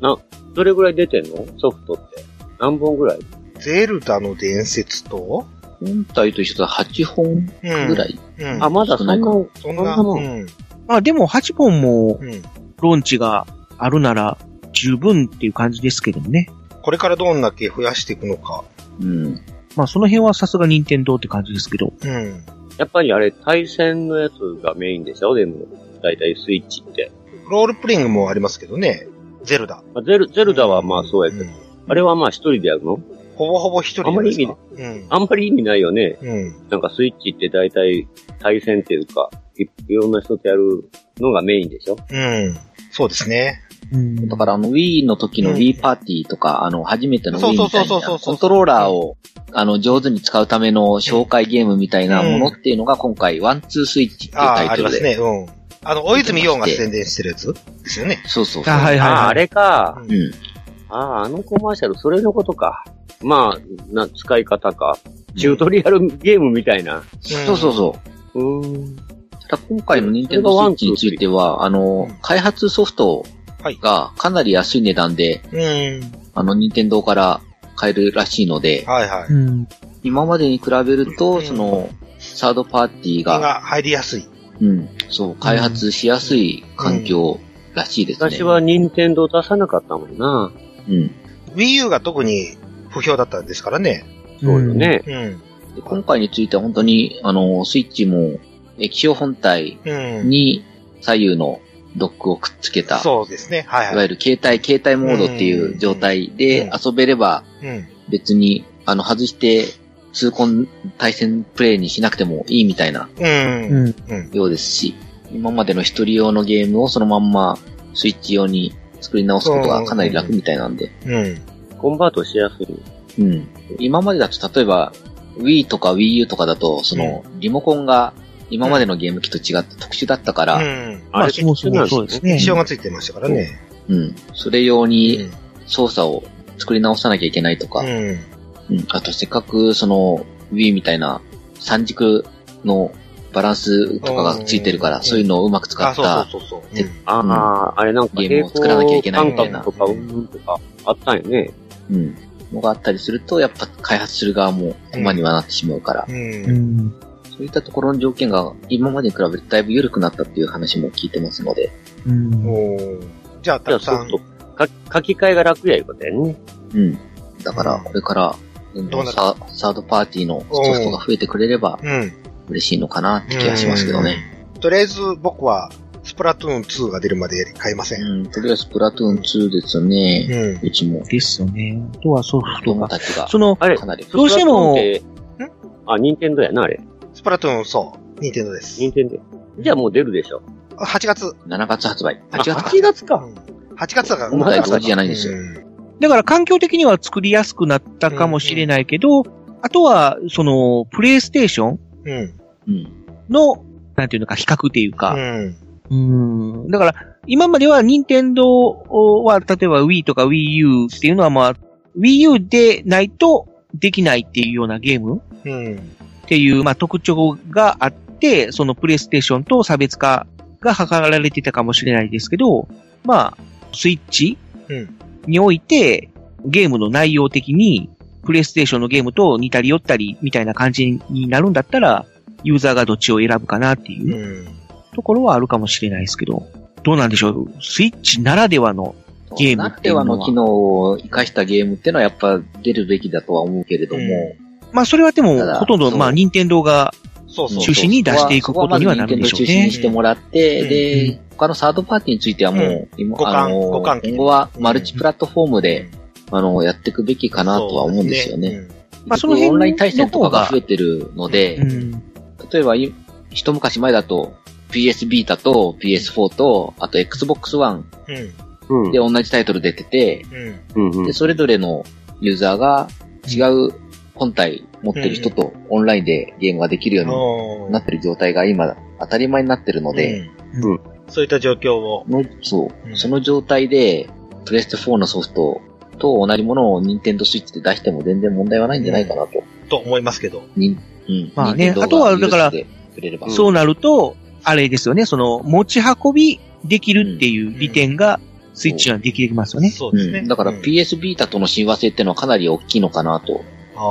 G: な、どれぐらい出てんのソフトって。何本ぐらい
F: うん。ゼルダの伝説と、
H: 本体と一緒だ8本
F: うん
H: ぐらい。
F: うん。
G: あ、まだそんな、
H: 少
G: う
F: そんな、
G: そんな
F: う
G: もん
F: ん。
E: まあでも8本も
F: うん。
E: ローンチがあるなら十分っていう感じですけどもね。
F: これからどんだけ増やしていくのか。
H: うん。
E: まあその辺はさすが任天堂って感じですけど。
F: うん。
G: やっぱりあれ、対戦のやつがメインでしょでも、だいたいスイッチって。
F: ロールプレイングもありますけどね。ゼルダ。
G: まあゼル、ゼルダはまあそうやけど、
F: ん
G: あれはまあ一人でやるの
F: ほぼほぼ一人じゃないですか。うん。
G: あんまり意味ないよね。
F: うん。
G: なんかスイッチってだいたい対戦っていうか、いいろんな人とやるのがメインでしょ
F: うん。そうですね。
E: うん
H: だからあの Wii の時
F: う
H: の
F: ん
H: Wii パーティーとか、あの、初めての Wii みたい
F: そうそうそう
H: な
F: そうそうそう
H: コントローラーを、あの、上手に使うための紹介ゲームみたいなものっていうのが今回、ワンツースイッチっていう
F: ああ、
H: タ
F: あり
H: イト
F: ま
H: ル
F: すね。
H: で。
F: うん。あの、大泉洋が宣伝してるやつですよね。
H: そうそうそう。
E: あ、はいはい、
G: ああ、
E: は
G: あ
E: い。
G: れか。
F: うん
H: うん。
G: ああ、あのコマーシャル、それのことか。まあ、な、使い方か。チュートリアルゲームみたいな。
H: そうそうそう。
G: うーん。
H: ただ今回の Nintendo Switch については、あの
F: うん、
H: 開発ソフト
F: はい
H: がかなり安い値段で、
F: うん。
H: あの、Nintendo から買えるらしいので、
F: はいはい。
E: うん。
H: 今までに比べる
F: う
H: と、
F: ん
H: その、サードパーティーが、
F: が入りやすい。
H: うん、そう、開発しやすい環境らしいですね。
G: 私は任天堂出さなかったもんな。
H: うん。
F: Wii U が特に不評だったんですからね。
G: そうよね。
F: うん。
H: で今回については本当に、あの、スイッチも液晶本体
F: うん。
H: に左右のドックをくっつけた、
F: そうですね。はい
H: いわ
F: は
H: ゆ
F: い。
H: る携帯、携帯モードっていう状態で
F: うん
H: 遊べれば、
F: うん。
H: 別に、あの、外して、痛恨対戦プレイにしなくてもいいみたいな
F: うん。
E: うん。
F: うん。
H: ようですし、今までの一人用のゲームをそのまんまスイッチ用に作り直すことがかなり楽みたいなんで、
F: うん。
G: コンバートしやすい。
H: うん。今までだと例えば、Wii とか Wii U とかだと、その、リモコンが今までのゲーム機と違って特殊だったから、うん。
F: うん。
E: まあ、
G: と
E: そもそもそうですね。
F: 液晶がついてましたからね。
H: それ用
F: う
H: に
F: ん。
H: 操作を作り直さなきゃいけないとか、うん。
F: うん。
H: あと、せっかく、その、Wii みたいな三軸のバランスとかがついてるか
F: う
H: ら、
F: ん
H: そういうのをうまく使
F: あ、
H: っ
F: そう
H: た、
F: そうそうそう。うん
G: ああ、あれなんか
H: ゲームを作らなきゃいけないみたいな
G: 平行感覚とか、うんうんとか、あったんよね。
H: うん。のがあったりすると、やっぱ開発する側も手間にはなってしまうから、
F: うん
E: うん。
H: そういったところの条件が今までに比べてだいぶ緩くなったっていう話も聞いてますので、
E: うん。
F: おーじゃあ、
G: じゃ
F: た
G: あ
F: く
G: ソ
F: さ
G: フ
F: ん、
G: ト、か書き換えが楽やいうことやね。
H: うん。だから、これから、どんどんササードパーティーのソフトが増えてくれれば
F: うん。
H: 嬉しいのかなって気がしますけどね。
F: うん。とりあえず、僕は、スプラトゥーン2が出るまで買いません。
H: うん、とりあえず、プラトゥーン2ですね。
F: うん。
H: うちも、
E: ですよね。あとはソフ
H: 子
E: ト
H: 供
E: が。
H: たちが、
E: その、
G: あれ
H: かなり、
E: どうしても
G: んあ、任天堂やな、あれ。
F: スプラトゥーン、そう。ニンテンドです。
G: 任天堂。じゃあもう出るでしょ。
F: 8月。
H: 7月発売。
F: あ
H: 8月
F: あ
H: か
G: 8月
F: う
G: か。
F: ん8月だから。
H: 今回同時じゃないんですよ
F: よ。
E: だから環境的には作りやすくなったかもしれないけど、あとは、その、プレイステーション
F: うん。
H: うん。
E: の、なんていうのか、比較っていう
F: う
E: か、
F: ん。
E: うん。だから、今までは任天堂は、例えば Wii とか Wii U っていうのはまあ、Wii U でないとできないっていうようなゲーム
F: うん。
E: っていう、まあ、特徴があって、そのプレイステーションと差別化が図られてたかもしれないですけど、まあ、スイッチ
F: うん。
E: において、ゲームの内容的に、プレイステーションのゲームと似たり寄ったりみたいな感じになるんだったら、ユーザーがどっちを選ぶかなっていううんところはあるかもしれないですけど、どうなんでしょうスイッチならではの、ゲーム
H: な
E: っ
H: ってて
E: いうのは
H: はの機能を活かしたゲームってのはやっぱ出るべきだとは思うけれども、
E: まあそれはでも
H: ただ
E: ほとんど、
H: そう
E: まあ任天堂が、
F: そうそう。
E: 中心に出していくことにはなるんでしょうね
H: そこはまず Nintendo 中心にしてもらって、
F: うん
H: で、他のサードパーティーについてはもう、
F: うん
H: 今
F: 互換
H: あの
F: 互換機
H: 今後はマルチプラットフォームで、あの、やっていくべきか
F: か
H: なとは思うんですよね。。
E: まあその辺
H: オンライン対戦とか
E: の
H: が
E: 方が
H: 増えてるので、
E: うん、
H: 例えばい、一昔前だと、PS ビータと PS4 と、あと Xbox One
F: うん。
G: うん
H: で。同じタイトル出てて、
F: うん。
G: うんうん
H: で、それぞれのユーザーが違う本体持ってる人とオンラインでゲームができるように
F: うん。
H: なってる状態が今当たり前になってるので、
F: うん、そういった状況を。
H: のそうう、
F: ん
H: その状態で、プレステ4のソフトと同じものを Nintendo Switch で出しても全然問題はないんじゃないかなと。
F: と思いますけど。
H: にうん。
E: まあね
H: Nintendo が
E: あとはだから
H: 有志でくれれば。
E: そうなると、あれですよね、その、持ち運びできるっていう利点が、スイッチにはできますよね。
F: そうですね。
H: んだから
F: うん
H: PS ビータとの親和性ってのはかなり大きいのかなと。
F: あ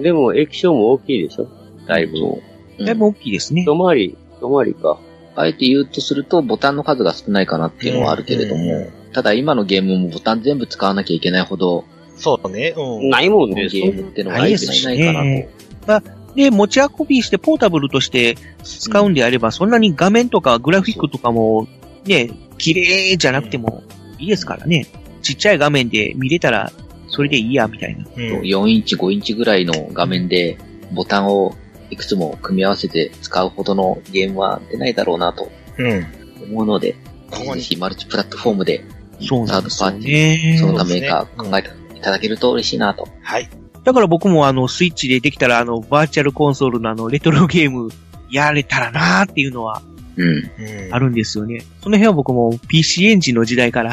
G: でも、液晶も大きいでしょだいぶ。
H: そううん
E: だいぶ大きいですね。
G: 一回り、一回りか。
H: あえて言うとすると、ボタンの数が少ないかなっていうのはあるけれども、ただ今のゲームもボタン全部使わなきゃいけないほど、
F: あ。そうね。うん。
G: ないもん
H: ゲ
G: ね、そ
H: ー
G: う
H: ムってのは
E: ない
H: 相
E: で
H: 手
E: す
H: し
E: し
H: ないかな
E: ね。まあ、で、持ち運びしてポータブルとして使うんであれば、そんなに画面とかグラフィックとかも、ね、綺麗じゃなくてもいいですからね。ちっちゃい画面で見れたら、それでいいや、みたいな。
F: う
H: と。
F: ん。
H: 4インチ、5インチぐらいの画面で、ボタンをいくつも組み合わせて使うほどのゲームは出ないだろうなと
F: うん。
H: 思うので、
F: こ
H: ぜ
F: こに
H: ひマルチプラットフォームで、
E: そうなんですよ
H: サードパーテ
E: ね。
H: そのためか
F: そうですね
H: 考えていただけると嬉しいなと。
F: はい。
E: だから僕もあの、スイッチでできたら、あの、バーチャルコンソールのあの、レトロゲーム、やれたらなーっていうのは
H: うん。
F: うん。
E: あるんですよね。その辺は僕も PC エンジンの時代から、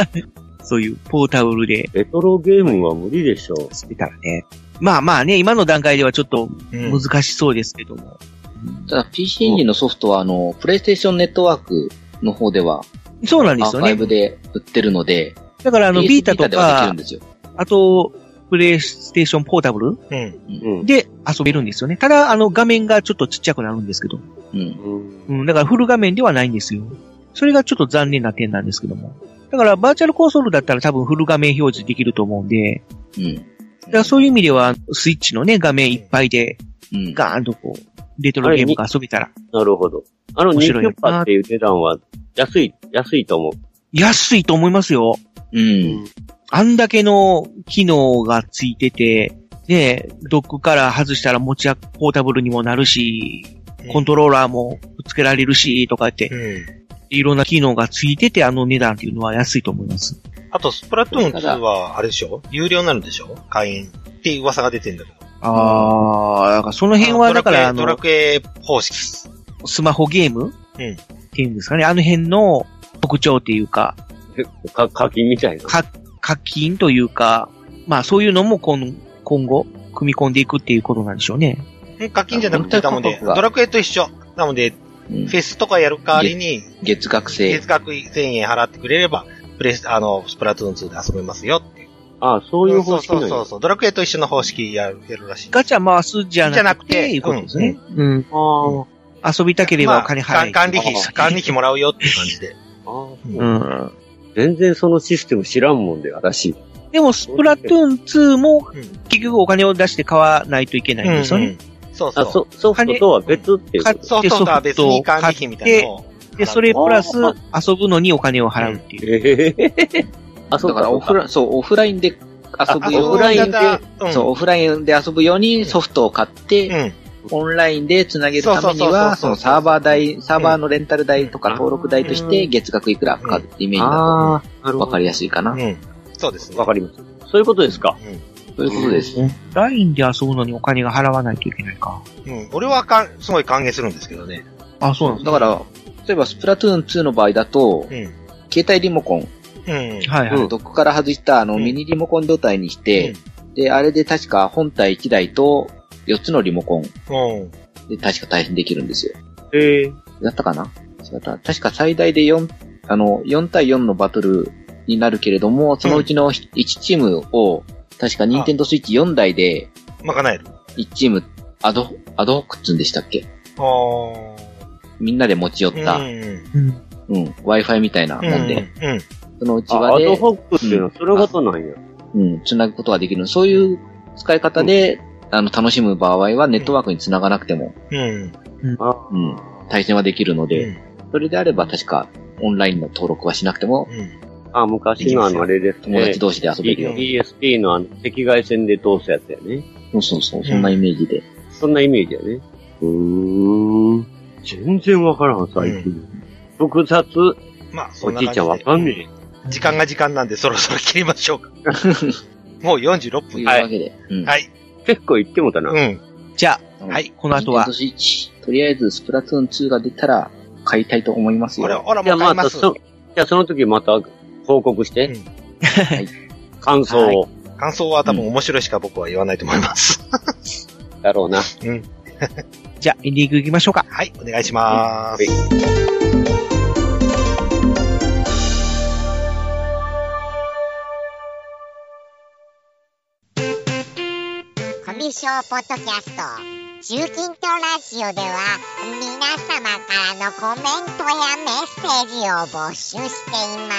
E: [laughs] そういうポータブルで
G: レトロゲームは無理でしょ。
E: してたらね。まあまあね、今の段階ではちょっと
F: うん。
E: 難しそうですけども。
H: ただ PC エンジンのソフトは、あの、プレイステーションネットワークの方では、
E: そうなんで
H: ア
E: す
H: ー
E: よ
H: カイ
E: ね。
H: ブで売ってるので、
E: だからあの、
H: PS
E: ビータと
H: ではできる
E: か
H: ん、ですよ。
E: あと、プレイステーションポータブル
F: うん。
G: うん。
E: で遊べるんですよね。ただ、あの、画面がちょっとちっちゃくなるんですけど。
H: うん。
G: うん
E: うん、だからフル画面ではないんですよ。それがちょっと残念な点なんですけども。だからバーチャルコンソールだったら多分フル画面表示できると思うんで、
H: うん。
E: だからそういう意味ではスイッチのね、画面いっぱいで
H: うん。
E: ガーンとこう、レトロゲームが遊べたら
G: なるほど。あの、
E: 面白いな
G: 2キパっていう値段は安い、安いと思う。
E: 安いと思いますよ。
H: うん。
E: あんだけの機能がついてて、ね、ドックから外したら持ち運ポータブルにもなるし、コントローラーもくっつけられるし、とかって、
F: うん。
E: いろんな機能がついててあの値段っていうのは安いと思います。
F: あと、スプラトゥーン2は、あれでしょ有料になるんでしょ会員っていう噂が出てんだけど。
E: ああ、だからその辺は、だから、あ
F: ドラ
E: の、
F: クエドラクエ方式。
E: スマホゲーム
F: うん
E: っていうんですかね。あの辺の特徴っていうか、
G: か課金みたいな。
E: 課金というか、まあそういうのも今今後、組み込んでいくっていうことなんでしょうね。
F: うん課金じゃなくて、だもん
H: 本
F: で、
H: 当に
F: ドラクエと一緒。なので、フ
H: うん
F: ェスとかやる代わりに、
H: 月額制
F: 月。額1000円払ってくれれば、プレス、あの、スプラトゥーン2で遊べますよっていう。
G: ああ、そういう方式
F: そう
G: なん
F: そうそう
G: や。
F: そう。ドラクエと一緒の方式やるやるらしい。
E: ガチャ回すじゃなくて、
F: じゃなくて
E: いうことですね。うん。
G: あ
E: 遊びたければお金
F: ま
E: 払
F: あ
E: え。
F: 管管理費、管理費もらうよっていう感じで。
G: あ
E: うん。
G: 全然そのシステム知らんもんで、私。
E: でも、スプラトゥーン2も
F: うん、
E: [laughs] 結局お金を出して買わないといけないん
F: うん
E: ですよね。
F: そうそ
G: あ、
F: う。
G: そソフトとは別っていうこ
E: 買っ
G: と。
E: て
F: ソフトとは別に管理費みたいなのを
E: で、それプラス遊ぶのにお金を払うってい
G: え
E: う。
G: えあ、
H: だ
G: そう
H: か
G: か、そ
H: らオ
G: う
H: フ
G: か。
H: ラ、そう、オフラインで遊ぶ
F: あ
H: よ
G: オフライン
F: そうだうん
H: そう、オフラインで遊ぶようにソフトを買って、
F: うん。
H: オンラインで繋げるために
F: そうそうそうそう
H: は、
F: そ
H: そうのサーバー代、サーバーのレンタル代とか登録代として月額いくらかかるってイメージだ
G: ああ、な
H: と
G: るほ
H: 分かりやすいかな。
F: うん。そうですね。
G: ど。わかります。そういうことですか。
H: そういうことです。
E: ラインで遊ぶのにお金が払わないといけないか。
F: うん。俺はかん、すごい歓迎するんですけどね。
E: あ、そうなん
H: だから、例えばスプラトゥーン2の場合だと、
F: うん。
H: 携帯リモコン、
F: うん。
E: はいはい。
H: ドックから外したあの
F: うん
H: ミニリモコン状態にして、で、あれで確か本体1台と4つのリモコン
F: うん。
H: で確か対変できるんですよ。
G: ええ。
H: だったかな違った。確か最大で4、あの、4対4のバトルになるけれども、そのうちの1チームを、確か任天堂スイッチ4台で、
F: まかないる。
H: 1チーム、アド、アドホックっつうんでしたっけ
F: あー
H: みんなで持ち寄っ
F: うん。
H: た、
F: う
H: うん、
F: ん。
H: Wi-Fi みたいなもんで、
F: うん。
H: そのうち
G: あ、
H: わ
G: アド
H: で、
G: ホックっていうのは、それことなんや。
H: うん、繋ぐことができる。そういう使い方で、あの、楽しむ場合は、ネットワークに繋がなくても、
F: うん。
H: うん、対戦はできるの
F: う
H: で、
F: ん。
H: それであれば確か、オンラインの登録はしなくても、
F: うん。
G: あ、昔のあの、あれです
H: 友
G: ね
H: 達。同士で遊べるように。
G: ESP のあの赤外線で通すやつやね。
H: そうそうそう、そんなイメージで。
G: そんなイメージやね。うーん。全然わからん、最近。複雑。
F: まあ、そ
G: お
F: んな
G: じ
F: 感
G: いち
F: じで
G: ゃんわかんね
F: 時間が時間なんで、そろそろ切りましょうか。もう46
H: と
F: 分。
H: いう
F: は
H: わ
F: い。
H: けで、うん
F: はい
G: え。結構言ってもたな。
F: うん。
E: じゃあ、
F: はい
E: この後は
H: Nintendo Switch とりあえず、スプラトゥーン2が出たら、買いたいと思います
F: ほら、
H: よ。
F: ほら、
G: じゃ
F: も
G: あ
F: う買い
G: ま
F: ま
G: た
F: す。
G: そ、じゃあその時また報告して。
F: うん
H: い
G: [laughs] 感想を。
F: 感想は多分面白いしか僕は言わないと思います。
G: だろうな。
E: じゃあ、エンディング行きましょうか。
F: はい、お願いします。
D: コミュ障ポッドキャスト中近東ラジオでは皆様からのコメントやメッセージを募集していま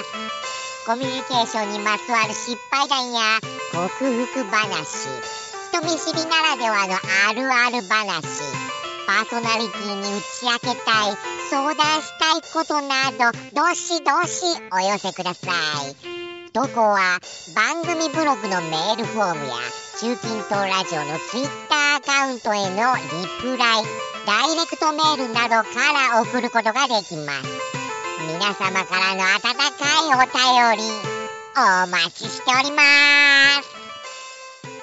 D: すコミュニケーションにまつわる失敗談や克服話人見知りならではのあるある話パーソナリティに打ち明けたい相談したいことなどどしどしお寄せください投稿は番組ブログのメールフォームや中近東ラジオのツイッターアカウントへのリプライダイレクトメールなどから送ることができます皆様からの温かいお便りお待ちしております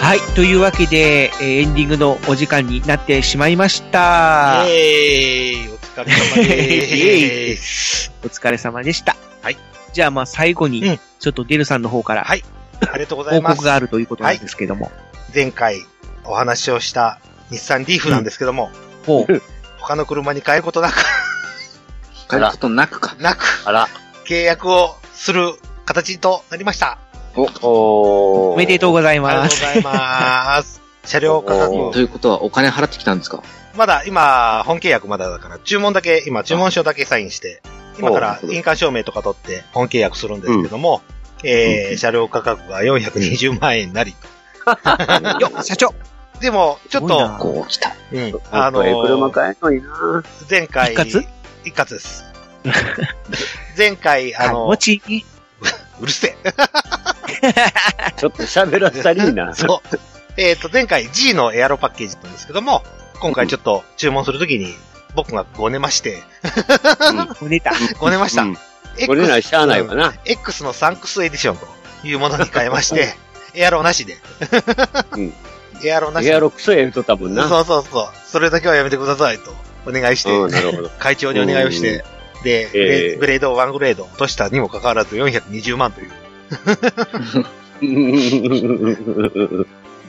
E: はい。というわけで、えーエンディングのお時間になってしまいました。
F: イエーイお疲れ様でーす。
E: お疲れ様でした。
F: はい。
E: じゃあ、まあ、最後に、
F: うん
E: ちょっとデルさんの方から
F: はいありがとうござい
E: 報
F: ま
E: 告
F: す。
E: があるということなんですけども。
F: 前回お話をした日産リーフなんですけども、
E: ほう。
F: [laughs] 他の車に変えることなく、
H: 変えることなくか。
F: なく、
G: あら。
F: 契約をする形となりました。
G: お
E: おめでとうござい
F: ありが
E: ま
F: とう
E: す。
F: ござ
E: [laughs]
F: います。車両価
G: お
H: と
F: 格、
H: いうことはお金払ってきたんですか
F: まだ今、本契約まだだから、注文だけ、今、注文書だけサインして、今から
G: おう
F: 印鑑証明とか取って本契約するんですけども、えー、車両価格が420万円なり。
E: よっ、社長
F: でも、ちょ
E: すご
F: っ
E: い
F: と
E: な、
H: こう来た。
F: うん
G: あの、ええ車買えんのにな
F: 前回、
E: 一括
F: 一括です。前回、あ
E: あの、
F: の
E: 持、ちいい。
F: うるせえ。
G: ちょっと喋らせたりい [laughs] な。
F: [laughs] そう。えっ、と、前回 G のエアロパッケージだったんですけども、今回ちょっと注文するときに、僕がごねまして、
E: 出
F: [laughs]
E: た。
F: ごねました。
G: うん
F: X
G: これならしゃあないわな。
F: X のサンクスエディションというものに変えまして、エアロなしで。
G: うん
F: [laughs] エアロなしで。
G: エアロクソ言うとったもんな。
F: そうそうそう。それだけはやめてくださいと、お願いして、
G: うん、なるほど。 [laughs]
F: 会長にお願いをして、で、グレ
G: ええ
F: グレードを1グレード落としたにもかかわらず420万という。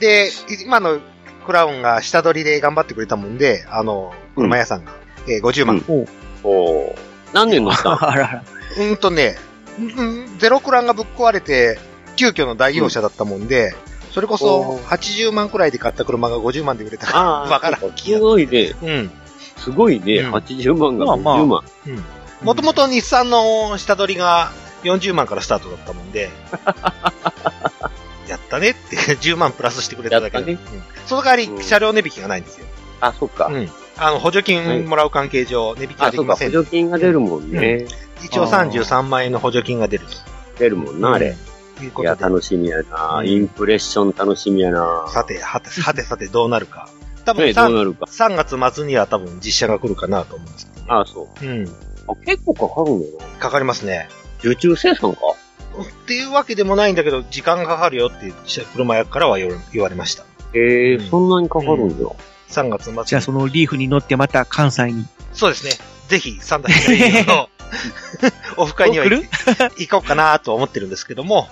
F: で、今のクラウンが下取りで頑張ってくれたもんで、あの、
G: うん
F: 車屋さんが、えー50万。う
G: おー何年乗ったん
E: あらら。
F: ーん、とね、うーんゼロクラウンがぶっ壊れて、急遽の代用車だったもんで、それこそ
G: おー
F: 80万くらいで買った車が50万で売れたから、
G: あー
F: わからん。
G: すごいね。
F: うん。
G: すごいね。
F: うん
G: 80万が
E: まあまあ
G: 50万。
F: もともと日産の下取りが40万からスタートだったも
G: [laughs]
F: んで、やったねって、10万プラスしてくれただけで、
G: やった
F: うんその代わり
G: うん
F: 車両値引きがないんですよ。
G: あ、そっか。
F: うん。あの、補助金もらう関係上、値引きは
G: あ、
F: で
G: そ
F: き
G: っか。
F: ま
G: 補
F: せん。
G: 助金が出るもんね。
F: 一応33万円の補助金が出る
G: 出るもん
F: と。
G: な、あれ。
F: という
G: い
F: こ
G: や、
F: とで。
G: 楽しみやな
F: う。ん
G: インプレッション楽しみやな。
F: さて、はて、はてさてどうなるか。多分
G: ねどう
F: 3,
G: なるか。
F: 3月末には多分実写が来るかなと思うんですけど、
G: あ、そう。
F: うん。
G: あ結構かかるんだな。
F: かかりますね。
G: 受注生産か
F: っていうわけでもないんだけど、時間がかかるよって車屋からは言われ言われました。
G: ええ
F: うん
G: そんなにかかるんだ。
F: 3月末に。
E: じゃあ、そのリーフに乗ってまた関西に。
F: そうですね。ぜひ、三代
G: [laughs]
F: 目のオフ会には行 [laughs] 行こうかなとは思ってるんですけ
G: [laughs]
F: ども、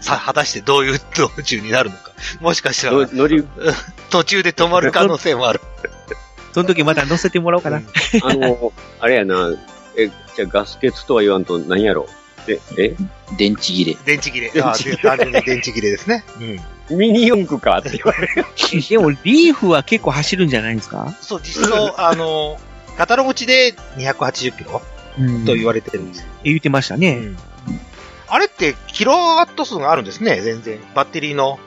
F: さあ、果たしてどういう道中になるのか。もしかした
G: の
F: ら、
G: 乗
F: [laughs]
G: り、
F: 途中で止まる可能性もある。
E: その時また乗せてもらおうかな。
G: あの、あれやな、え、じゃあガス欠とは言わんと何やろえ、え
H: 電池切れ。
F: 電池切れ。
G: 電
F: あ
G: 池切れ
F: ー単純に電池切れです
G: [laughs]
F: ね。うん。
G: ミニ四駆かって言われる。
E: でも、リーフは結構走るんじゃないんですか
F: そう、実装、あの、カタログ値で280キロ
E: うん。
F: と言われてるんです。
E: 言ってました
F: う
E: ね。
F: ん。あれって、キロワット数があるんですね、全然。バッテリーの。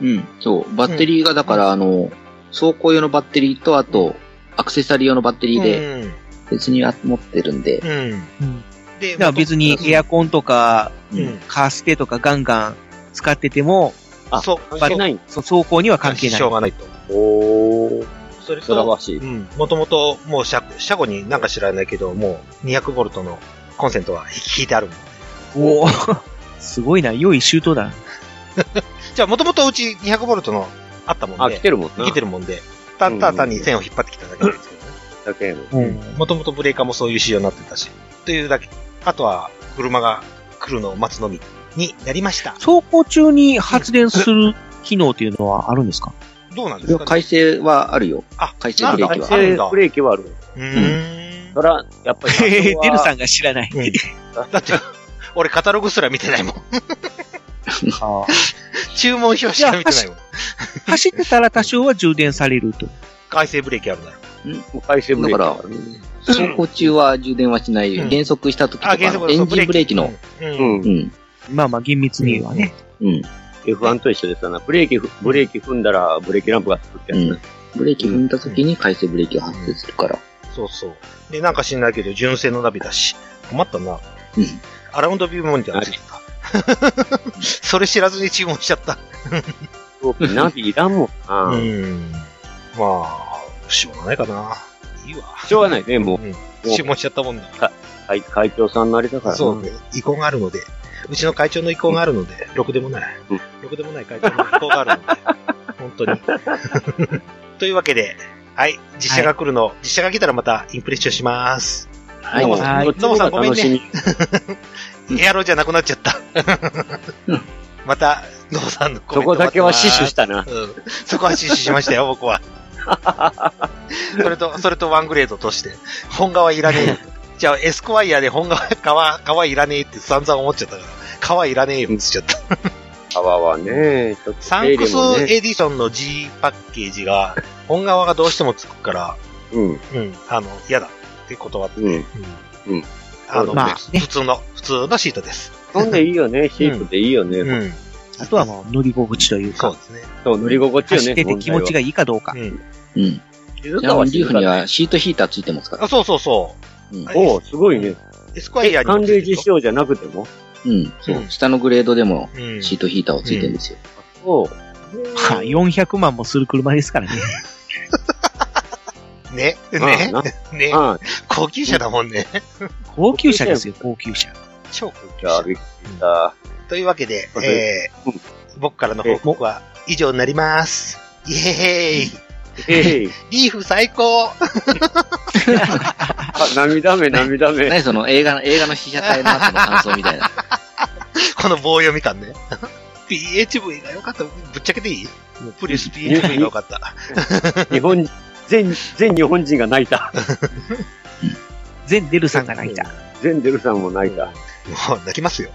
H: うん、そう。バッテリーが、だから、あの、走行用のバッテリーと、あと、アクセサリー用のバッテリーで、別にあ持ってるんで
F: う、ん。うん。
E: うん。
F: で
E: だから別にエアコンとか、
F: うんうん。
E: カーステとかガンガン使ってても、
G: あ
F: そう、
G: 関係ないんだ。
E: そ走行には関係な
F: しょう
E: い。
F: がないと。
G: おー、
F: それ
G: そら
F: と、
G: わしい。
F: うん、もともと、もう車、車庫になんか知らないけど、もう200ボルトのコンセントは引いてあるもん。
E: お [laughs] ーすごいな、良い周到だ。
F: じゃあ、もともとうち200ボルトのあったもん
G: あ、
F: で、
G: 来てるもんな。
F: 生きて
G: る。
F: るもんで、ただ単に線を引っ張ってきただけなんですけどね。
G: だけやもん。
E: うん。
F: もともとブレーカーもそういう仕様になってたし。というだけ。あとは、車が来るのを待つのみになりました。
E: 走行中に発電する機能っていうのはあるんですか。
F: どうなんで
H: い
F: す
H: や
F: か
H: 改正はあるよ。
F: あ、
H: 改正
F: なん
H: ブレ
F: だ
H: ーキは
F: あるんだ。
G: ブレーキはある。
F: うーん
G: そ。ら、やっ
F: [laughs]
G: ぱり [laughs]
E: デルさ
G: ん。
E: んが知らない。
F: だって、俺カタログすら見てないもん。注文表しか見てないもん。
E: 走ってたら多少は充電されると。
F: 改正ブレーキあるな。
G: 回線ブ
H: だ
G: レ
H: か
G: ーキ
H: ら
G: はある。、
H: 走行中は充電はしない。
F: うん
H: 減速した時と
F: あ、
H: か、
F: 原則
H: エンジンブレーキの。。
F: うんう。
G: うんん
H: う。ん。
E: まあまあ厳密にはね。
H: うん。
G: F1 と一緒ですよな。ブレーキふ、ブレーキ踏んだら、ブレーキランプがつくってやつな。
H: ブレーキ踏んだ時に改正ブレーキが発生するから。
F: そうそう。で、なんか知んないけど、純正のナビだし。困ったな。
H: うん。
F: アラウンドビューモニターついてた。 [laughs] それ知らずに注文しちゃった。
G: そうナビいらんもん
F: う
G: な。
F: ん。まあ、しょうがないかな。いいわ。
G: しょうがないね、も
F: うん。注文しちゃったもんだか
G: う。会会長さんになりだから
F: ら。
G: な。
F: そう。意向があるので。うちの会長の意向があるので、ろくでもない
G: うん。
F: ろくでもない会長の意向が
G: [laughs]
F: あるので。本当に。 [laughs] というわけで、はい。実写が来るの、実写が来たらまたインプレッションします。
H: はい。
G: もう
E: はい
G: こっちの方が楽しみ。
F: エアロじゃなくなっちゃった。また、ノーさんのコ
G: そ
F: メント
G: こだけは死守
F: 待ってます
G: したな。
F: うんそこは死守しましたよ、僕は。それと、それとワングレードとして、本革いらねえよ。じゃあ、エスコワイヤーで本革、革、革いらねえって散々思っちゃったから、革いらねえよって言っちゃった。
G: 川はね、ちょっと
F: サ
G: 手
F: ン
G: 入
F: ク
G: れ
F: ス
G: もね。
F: エディションの G パッケージが、本革がどうしてもつくから、
G: うん、
F: うん、あの、嫌だって断って、
G: うん。
F: うん
G: うん
F: あの、
E: まあね
F: 普通の、普通のシートです。
G: そんでいいよね、シープでいいよね。
F: うん、
E: あとはもう乗り心地という
F: そう
E: か、
F: ですね。
G: そう、乗り心地よね。
E: 走ってて気持ちがいいかどうか
F: う。ん。
H: うん。
G: 静
H: ちな
G: か
H: み
G: は
H: にリー
G: 静
H: フ
G: か
H: に
G: だね
H: はシートヒーターついてますから。
F: あ、そうそうそ
H: うん
F: は。
G: おうすごいね。
F: う。エスコワイ
G: え、
F: ヤーにも
G: 寒
F: ついて
G: 冷
F: るで
G: 実
F: しょ
G: 証じゃなくても
H: うん。そうう。
F: ん
H: 下のグレードでも
F: うん
H: シートヒーターをついてるんですよ。
G: そう。
E: まあ400万もする車ですからね。
F: ね、
G: あ
F: ね
G: な、
F: ね、
G: あ
F: 高級車だもんね。
E: 高級車ですよ、高級車。
F: 超高級
G: じゃあ、
F: 車。
G: びっくりした。
F: というわけで、
G: うん
F: えー僕からの報告は以上になります。イエーイ
G: えい。
F: リーフ最高
G: あ、涙目、涙
H: [laughs]
G: 目。
H: 何その映画の、映画の被写体の後の感想みたいな。
F: この棒読み感ね。PHV が良かった。ぶっちゃけていいもうプリウス PHV が良かった。
G: 日本、全、全日本人が泣いた。
E: 全デルさんが泣いた。
G: 全デルさんも泣いた。
F: もう泣きますよ。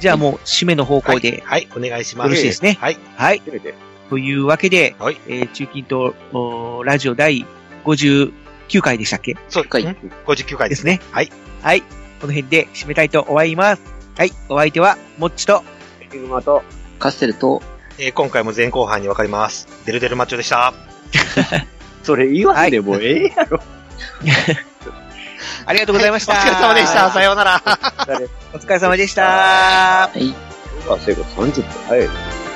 E: じゃあもう締めの方向で。
F: はい、お願いします。
E: よろしいですね
F: はい。
E: はい。
G: せめて
E: というわけで、
F: はい
E: えー中近東おーラジオ第59回でしたっけ
F: そう、
H: 回
F: ん59
E: で
F: 回ですす。
E: ね。
F: はい。
E: はい。この辺で締めたいと思います。はい。お相手は、もっちと、
G: ヒグマと、
H: カステルと、
F: えー今回も前後半に分かります。デルデルマッチョでした。
G: それ言わんでもええやろ。
E: ありがとうございました。
F: お疲れ様でした。さようなら。
E: お疲れ様でした。
H: はい。
G: あ、せいか30分早いな。